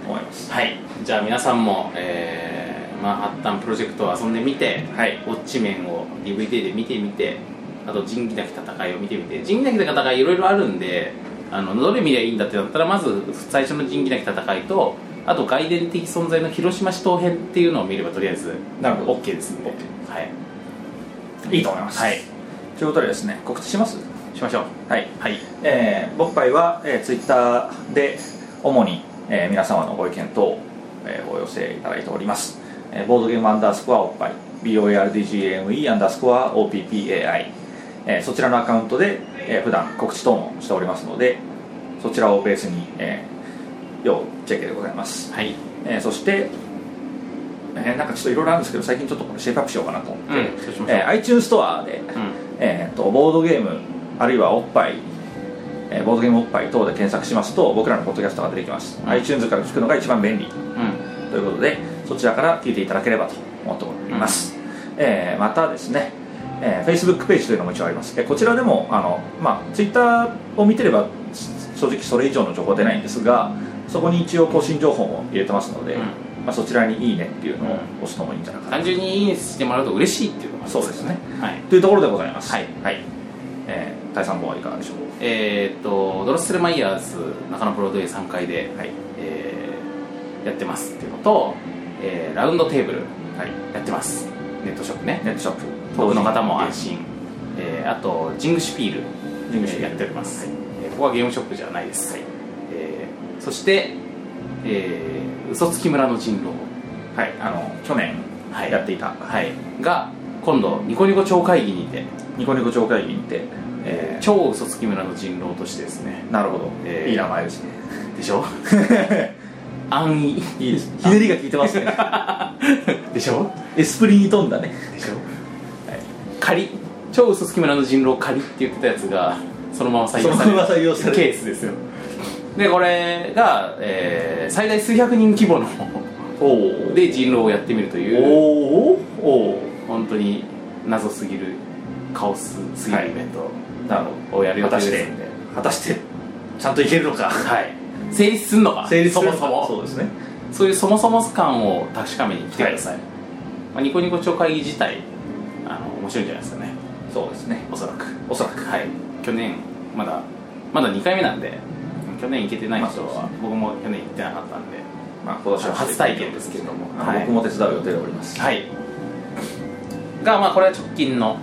と思いますはいじゃあ皆さんもえー、まあ発端プロジェクトを遊んでみてはいウォッチメンを DVD で見てみてあと仁義なき戦いを見てみて仁義なき戦いいろいろあるんであのどれ見りゃいいんだってなったらまず最初の仁義なき戦いとあと外伝的存在の広島市東編っていうのを見ればとりあえずなるほど OK ですんで、はい、いいと思いますはい、ということでですね告知しますしましょうはいはいえー、僕パイは、えー、ツイッターで主に、えー皆様のご意見等、えーお寄せいただいております、えーボードゲームアンダースコアおっぱい BORDGME アンダースコア OPPAI えーそちらのアカウントで、えー普段告知等もしておりますのでそちらをベースに、えー要チェックでございます、はいえーそして、えーなんかちょっといろいろあるんですけど最近ちょっとこれシェイプアップしようかなと思って、うんそうしましょうえー iTunes ストアで、うんえー、とボードゲームあるいはおっぱい、えーボードゲームおっぱい等で検索しますと僕らのポッドキャストが出てきます、うん iTunes から聞くのが一番便利うんということでそちらから聞いていただければと思っております、えーまたですね、えー Facebook ページというのも一応あります、えーこちらでもあの、まあ、Twitter を見てれば正直それ以上の情報は出ないんですがそこに一応更新情報も入れてますので、うんまあ、そちらに「いいね」っていうのを押すのもいいんじゃないかな、単純にいいねしてもらうと嬉しいっていうのがありそまうですねはいというところでございますはい、えー、タイさんの方はいかがでしょうえーっとドロッセルマイヤーズ中野プロデュー3階で、はいえーやってますっていうのと、えーラウンドテーブルはいやってますネットショップネねットショップ遠くの方も安心、えーあとジングシュピールジングシュピールえやっております、えーここはゲームショップじゃないです、えーそして、えー嘘つき村の人狼はいあの去年はいやっていた、はい、が今度ニコニコ超会議にて、ニコニコ町会議にて、えー超嘘つき村の人狼としてですねなるほど、えーいい名前ですねでしょ 安易いいです ねひねりが効いてますねでしょエスプリに富んだねでしょ、仮超嘘つき村の人狼仮って言ってたやつがそのまま採用さそれのまま採用されるケースですよでこれが、えー最大数百人規模のおおで人狼をやってみるというおーおー本当に謎すぎるカオスすぎはるいイベントなるほをやるど予果定たでしすてんで、果たしてちゃんといけるのかはい、成立すんのか成立するのかそもそそもうですねそういうそもそも感を確かめに来てください、まあ、ニコニコ超会議自体あの面白いんじゃないですかねそうですねおそらくおそらくはい、去年まだまだ2回目なんで去年行けてない人まあはそう僕も去年行ってなかったんでまあ今年は初体験ですけれどもあのはい僕も手伝う予定でおりますはいがまあこれは直近の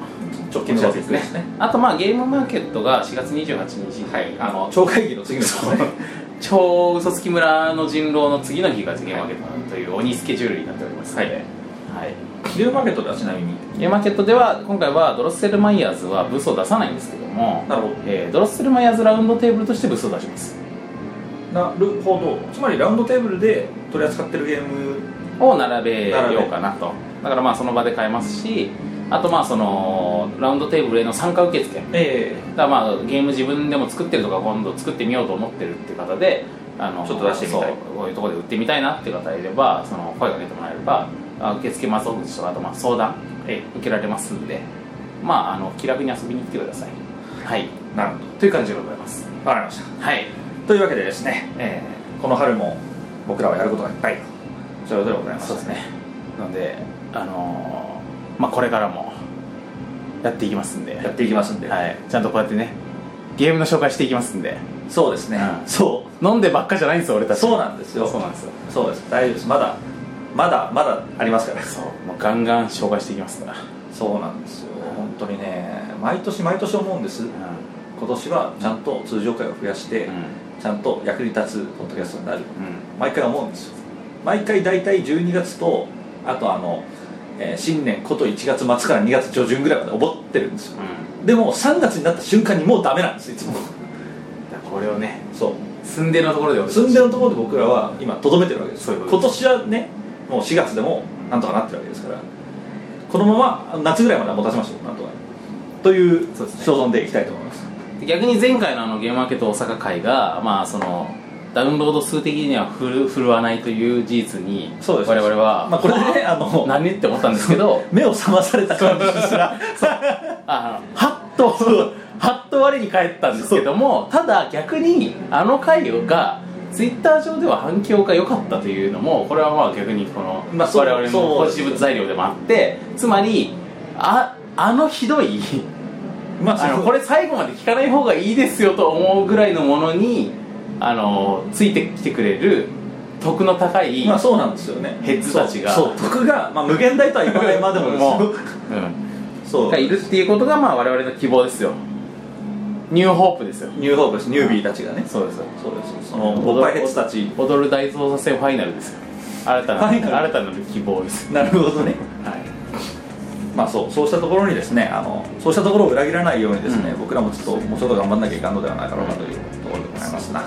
直近このちらトでピッすクでねすねあとまあゲームマーケットが4月28日に、はいああのの町会議の次の日ですね 超嘘つき村の人狼の次の日がゲームマーケットという鬼スケジュールになっておりますので、はいはいゲームマーケットではちなみにゲームマーケットでは今回はドロッセルマイヤーズはブスを出さないんですけどもなるほどえードロッセルマイヤーズラウンドテーブルとしてブスを出しますなるほどつまりラウンドテーブルで取り扱ってるゲームを並べようかなとだからまあその場で買えますしあとまあそのラウンドテーブルへの参加受付だかえらまあゲーム自分でも作ってるとか今度作ってみようと思ってるっていう方であのちょっと出してみたいそうこういうところで売ってみたいなっていう方がいればその声かけてもらえればあ受付松尾口とかあとまあ相談え受けられますんでまああの気楽に遊びに来てくださいはいえなるほという感じでございますどわかりましたはいというわけでですね、えーこの春も僕らはやることがいっぱいということでございますそうですねなのであのーまあこれからもやっていきますんでやっていきますんで、はい、ちゃんとこうやってねゲームの紹介していきますんでそうですね、うんそ飲んでばっかじゃないんですよ俺うたちそうなんですよそうなんですよそうです大丈夫ですまだまだまだありますからそうもうガンガン紹介していきますから、そうなんですよ本当にね毎年毎年思うんです今年はちゃんと通常会を増やして、うんちゃんと役に立つポッドキャストになるうん毎回思うんですよ毎回大体12月とあとあの、えー新年こと1月末から2月上旬ぐらいまでおぼってるんですよでも3月になった瞬間にもうダメなんですいつもだからこれをねそ寸でのところでう俺たち寸でのところで僕らは今とどめてるわけですそういうこ今とで年はねもう4月でもなんとかなってるわけですからこのまま夏ぐらいまでは持たせましょうなんとかというそうですね所存でいきたいと思います逆に前回のあのゲームマーケット大阪会がまあそのダウンロード数的には振る振るわないという事実にそうです我々は、まあこれでねあ の何って思ったんですけど 目を覚まされた感じですらあのハッとハッと我に返ったんですけどもただ逆にあの回がツイッター上では反響が良かったというのもこれはまあ逆にこの、まあそう我々のそうポジティブ材料でもあってつまりああのひど い まあそのうこれ最後まで聞かない方がいいですよと思うぐらいのものにあのついてきてくれる得の高い、まあそうなんですよねヘッズたちがそうそう僕が、まあ、無限大とは言わないまでもですようんそうがいるっていうことがまあ我々の希望ですよニューホープですよニューホープですニュービーたちがねそうですよそうですそのおっぱいヘッズたち踊る大捜査線ファイナルですよ新たなファイナル新たなる希望ですなるほどねはいまあ、そうそうしたところにですねあのそうしたところを裏切らないようにですね、うん僕らもちょっともうちょっと頑張んなきゃいかんのではないかろうかというところでございますな、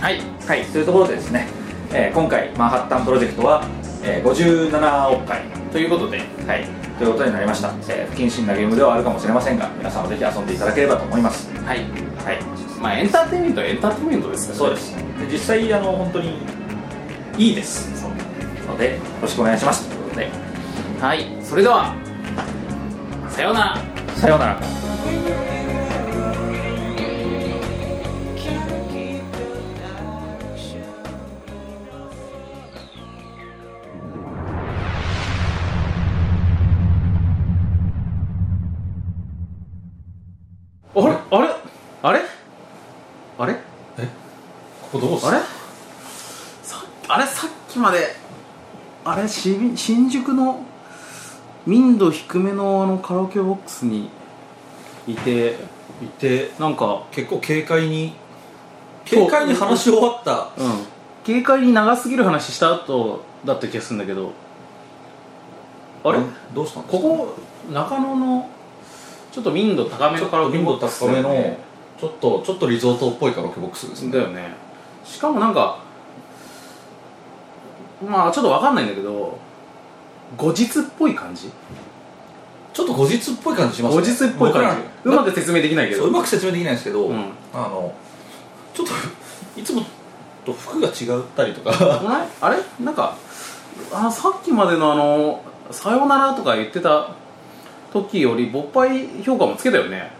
はいはいというところでですね、えー今回マンハッタンプロジェクトは、えー57億回ということではい、ということになりました、えー不謹慎なゲームではあるかもしれませんが皆さんもぜひ遊んでいただければと思いますはいはいまあエンターテインメントはエンターテインメントですから、ね、そうですで実際あの本当にいいですそうのでよろしくお願いしますということではいそれではさようならさようならあれあれあれあれここどうすあれさあれさっきまであれし新宿の民度低めのあのカラオケボックスにいていてなんか結構軽快に軽快に話し終わったうん軽快に長すぎる話した後だった気がするんだけどあれどうしたんですこかこ中野のちょっと民度高めのカラオケボックス高だめよねのちょっとちょっとリゾートっぽいカラオケボックスですねだよねしかもなんかまあちょっとわかんないんだけど後日っぽい感じちょっと後日っぽい感じします後ね日っぽい感じう僕らまく説明できないけそうどうまく説明できないんですけど、うんあのちょっといつもと服が違ったり とかあれあれなんかあさっきまでのあの「さよなら」とか言ってた時より勃発評価もつけたよね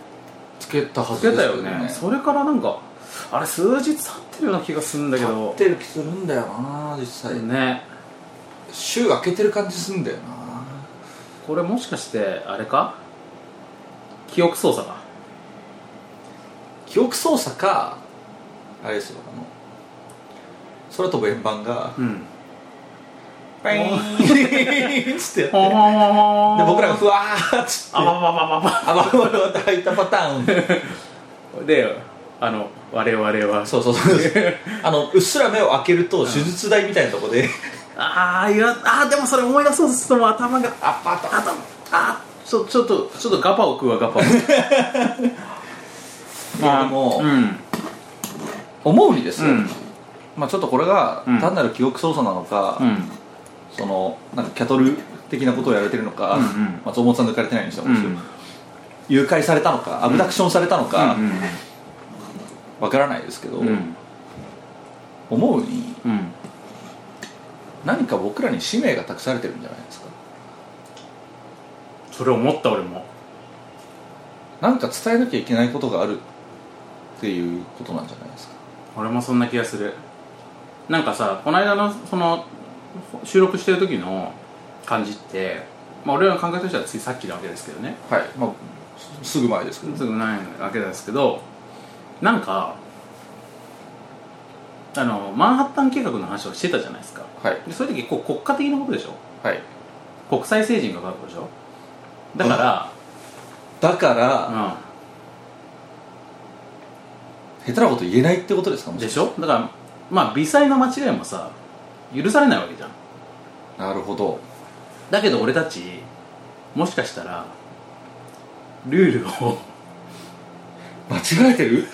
つけたはつけたよねそれからなんかあれ数日経ってるような気がするんだけ立どってる気するんだよな実際、ね週明けてる感じするんだよなこれもしかしてあれか記憶操作か記憶操作かあれですよあの空飛ぶ円盤がうん「パイーン!」っ つってやってほんでほんほんほんほん僕らがふわーっつってあばばばばばあまままた入ったパ ターンであの我々はそうそうそう あのうっすら目を開けると手術台みたいなと こでああいやあーでもそれ思い出そうとするともう頭があパターン頭あーちょちょっとちょっとガパオ食うわガパオまあでもうん思うにですうよ、んまあ、ちょっとこれがうん単なる記憶操作なのか、うんそのなんかキャトル的なことをやられてるのか、うんうんまあ、増毛さん抜かれてないにしてもうですよ、ん誘拐されたのかアブダクションされたのか、わからないですけど、うんうん思うにうん何か僕らに使命が託されてるんじゃないですかそれ思った俺も何か伝えなきゃいけないことがあるっていうことなんじゃないですか俺もそんな気がするなんかさこの間のその収録してる時の感じってまあ俺らの感覚としてはついさっきなわけですけどねはい、まあ、すすぐ前ですけどすぐないわけですけどなんかあのマンハッタン計画の話をしてたじゃないですかはいでそれって結構国家的なことでしょはい国際政治に関わることでしょだかだから、ら、うん、下手なこと言えないってことですかもしでれしょだからまあ微細な間違いもさ許されないわけじゃんないなるほどだけど俺たちもしかしたらルール を間違えてる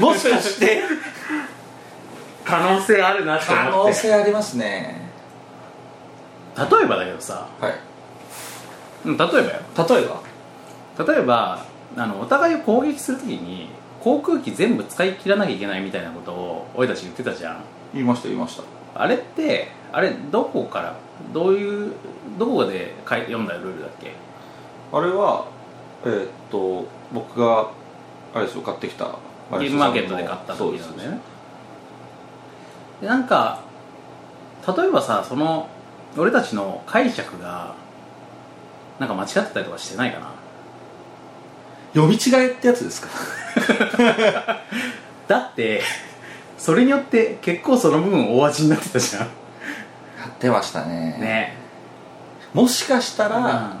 もしかして可能性あるなって可思っ能て性ありますね例えばだけどさはいうん例えばよ例えば例えばあのお互いを攻撃するときに航空機全部使い切らなきゃいけないみたいなことを俺たち言ってたじゃん言いました言いましたあれってあれどこからどういうどこで書い読んだルールだっけあれはえーっと僕があれですよ買ってきたゲームマーケットで買ったそう時でなすんだよねでなんか例えばさその俺たちの解釈がなんか間違ってたりとかしてないかな読み違えってやつですかだってそれによって結構その部分大味になってたじゃやってましたねんねもしかしたうんら、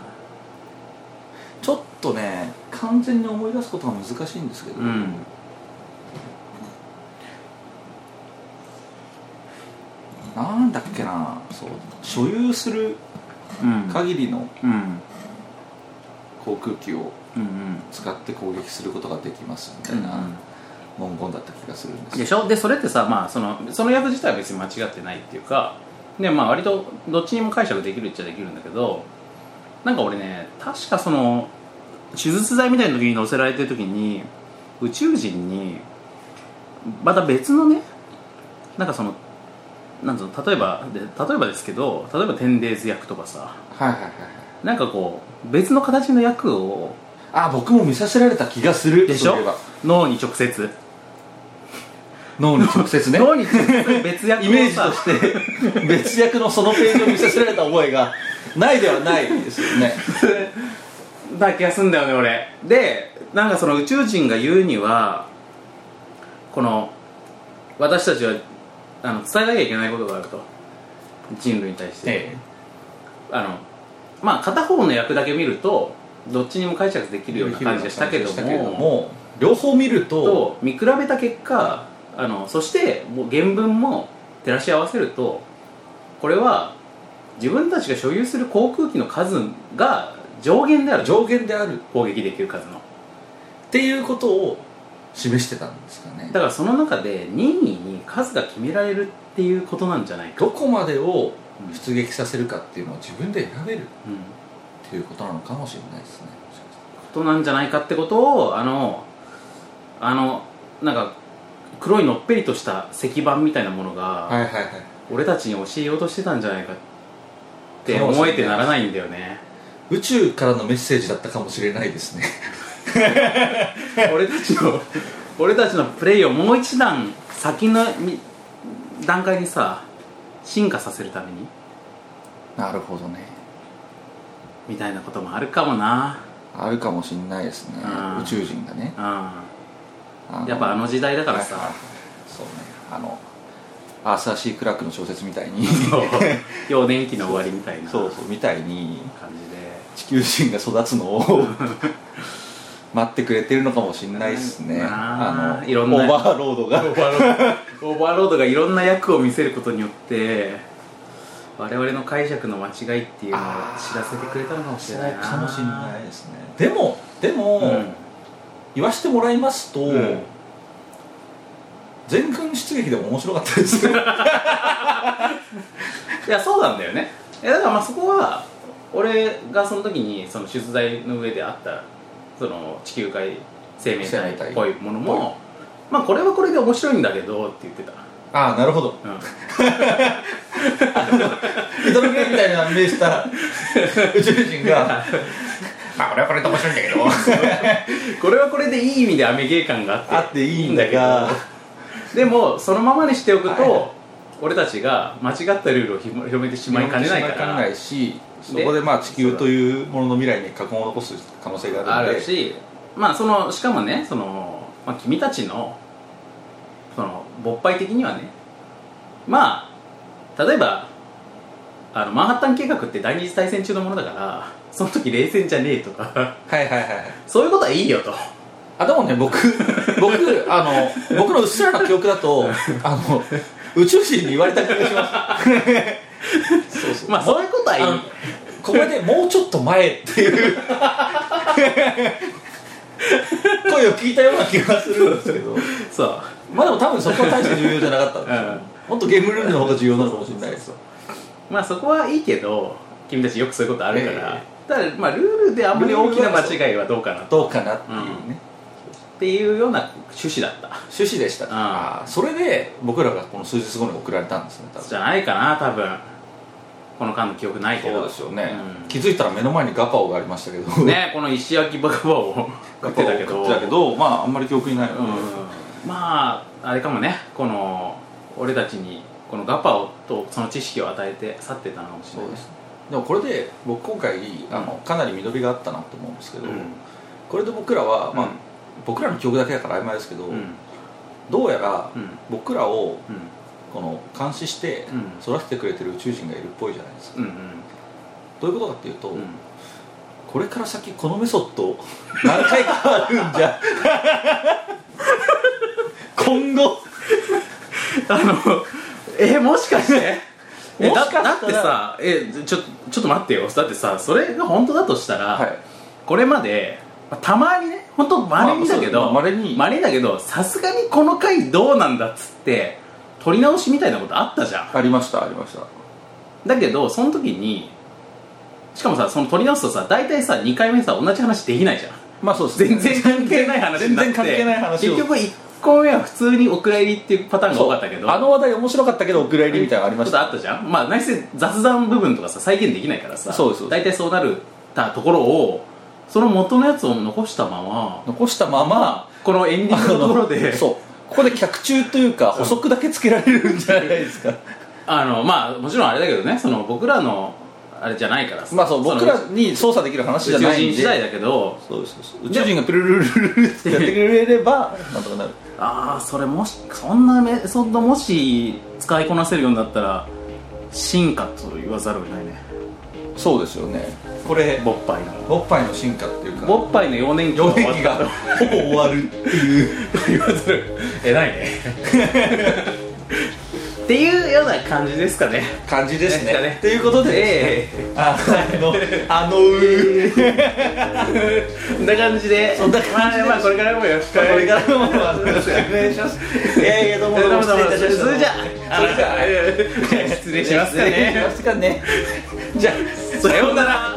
ちょっとね完全に思い出すことが難しいんですけど、うんなんだっけなそう所有するうん限りのうん航空機をうん使って攻撃することができますみたういんな文言だった気がするんですでけしょでそれってさ、まあ、そのその役自体は別に間違ってないっていうかで、まあ、割とどっちにも解釈できるっちゃできるんだけどなんか俺ね確かその手術剤みたいな時に乗せられてる時に宇宙人にまた別のねなんかそのなんつうの例えばで例えばですけど例えば天霊図役とかさどはいはいはいはいなんかこう別の形の役をあ僕も見させられた気がするでしょそういえば脳に直接、脳に直接ね脳に直接別役をさイメージとして別役のそのページを見させられた覚えがないではないですよ ねだ気がすんだよね俺でなんかその宇宙人が言うにはこの私たちはあの伝えなきゃいけないことがあると人類に対して、あのまあ片方の役だけ見るとどっちにも解釈できるような感じでしたけどもも両方見るとと見比べた結果あのそしてもう原文も照らし合わせるとこれは自分たちが所有する航空機の数が上限である上限であるっ攻撃できる数のていうことを示してたんですかねだからその中で任意に数が決められるっていうことなんじゃないか、どこまでを出撃させるかっていうのを自分で選べるっうん、こていうことなのかもしれないですねとなんじゃないかってことをあのあのなんか黒いのっぺりとした石板みたいなものはいがはいはい俺たちに教えようとしてたんじゃないかってかもしれ思なえいてならないんだよね宇宙からのメッセージだったかもしれないですね俺たちの俺たちのプレイをもう一段先のみ段階にさ進化させるためになるほどねみたいなこともあるかもなあるかもしれないですねうん宇宙人がねうあんのやっぱあの時代だからはいはいさそうねあのアーサー・シー・クラークの小説みたいにそう幼年期の終わりみたいなそう感そう みたいにじで地球人が育つの を待ってくれてるのかもしれないですねなあのいろんなオーバーロードがオーバーロードオーバーロードがいろんな役を見せることによって我々の解釈の間違いっていうのを知らせてくれたのかもしれないなかもしれないですねでもでも、うん言わしてもらいますと、ん全軍出撃でも面白かった ですよいやそうなんだよねいやだからまあそこは俺がその時にその取材の上であったその地球界生命体っぽいもの生命もまあこれはこれで面白いんだけどって言ってた、ああなるほどうん、 ヘドロゲーみたいな目した 宇宙人が まあ俺はこれで面白いんだけどこれはこれでいい意味でアメゲー感があってあっていいんだがでもそのままにしておくと、はいはい俺たちが間違ったルールをひも広めてしまいかねないからないしそこでまあ地球というものの未来に禍根を残す可能性がああるのでるしまあそのしかもねその、まあ、君たちのその勃発的にはねまあ例えばあのマンハッタン計画って第二次大戦中のものだからその時冷戦じゃねえとか はいはいはいはいそういうことはいいよとあでもね僕 僕あの僕のうっすらな記憶だとあの宇宙人に言われた気がしますそうそうまあそういうことはいいあのこれでもうちょっと前っていう声を聞いたような気がするんですけど そうまあでも多分そこは大して重要じゃなかったんですよ、うんもっとゲームルールの方が重要なのかもしれないですまあそこはいいけど君たちよくそういうことあるから、えただまあルールであんまり大きな間違いはどうかなとどうかなっていうね、っていうような趣旨だった趣旨でしたんあーそれで僕らがこの数日後に送られたんですね多分じゃないかな多分この間の記憶ないけどそうですよね、うん気づいたら目の前にガパオがありましたけど、ねこの石焼きバカバをガ食っパオてたけを食っどてたけどまああんまり記憶にないのうで、んまああれかもねこの俺たちにこのガパオとその知識を与えて去ってたのかもしれそなういですでもこれで僕今回あのかなり実りがあったなと思うんですけど、うこれで僕らは、まあうん僕らの記憶だけだから曖昧ですけど、んうんどうやらうん僕らをうんこの監視してうん育ててくれてる宇宙人がいるっぽいじゃないですか、うんどういうことかっていうと、うんこれから先このメソッド何回かあるん じゃ今後 あのえもしかしてえもだしかしたらだってさえちょちょっと待ってよだってさそれが本当だとしたら、はいこれまでまあたまにね本当まれにだけど、まあまあそうですねまれにだけどさすがにこの回どうなんだっつって撮り直しみたいなことあったじゃんありましたありましただけどその時にしかもさその撮り直すとさ大体さ2回目さ同じ話できないじゃんまあそうですね全然関係ない話になって全然関係ない話を結局1個目は普通にお蔵入りっていうパターンが多かったけどあの話題面白かったけどお蔵入りみたいなのありましちょたっとあったじゃんまあ内政雑談部分とかさ再現できないからさそうですそうで大体そうなるたところをその元のやつを残したまま残したままこのエンディングのところでそうここで脚注というか補足だけつけられるんじゃないですかあのまあもちろんあれだけどねその僕らのあれじゃないからさまあそう僕らのに操作できる話宇じゃ宙ない人ん時代でだけどそうですそうです宇宙人がプルルルルルルってやってくれればなんとかなるああそれもしそんなメソッドもし使いこなせるようになったら進化と言わざるを得ないねそうですよねこれ勃発のおっぱいの進化っていうか勃発の幼年期4年期がほぼ終わるっていう言わずる偉いね っていうような感じですかね感じですですかねねということでえあのあのうーえこんな感じでそんな感じでまあ、まあこれからもよろしくこれからもお願いしますいやいやどうもどうも失礼いたしましたそれじゃあそれじゃあじゃあ失礼しますか失礼しねますかねじゃあさようなら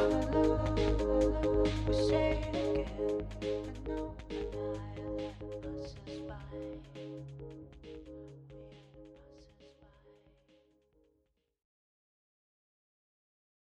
shake again. I know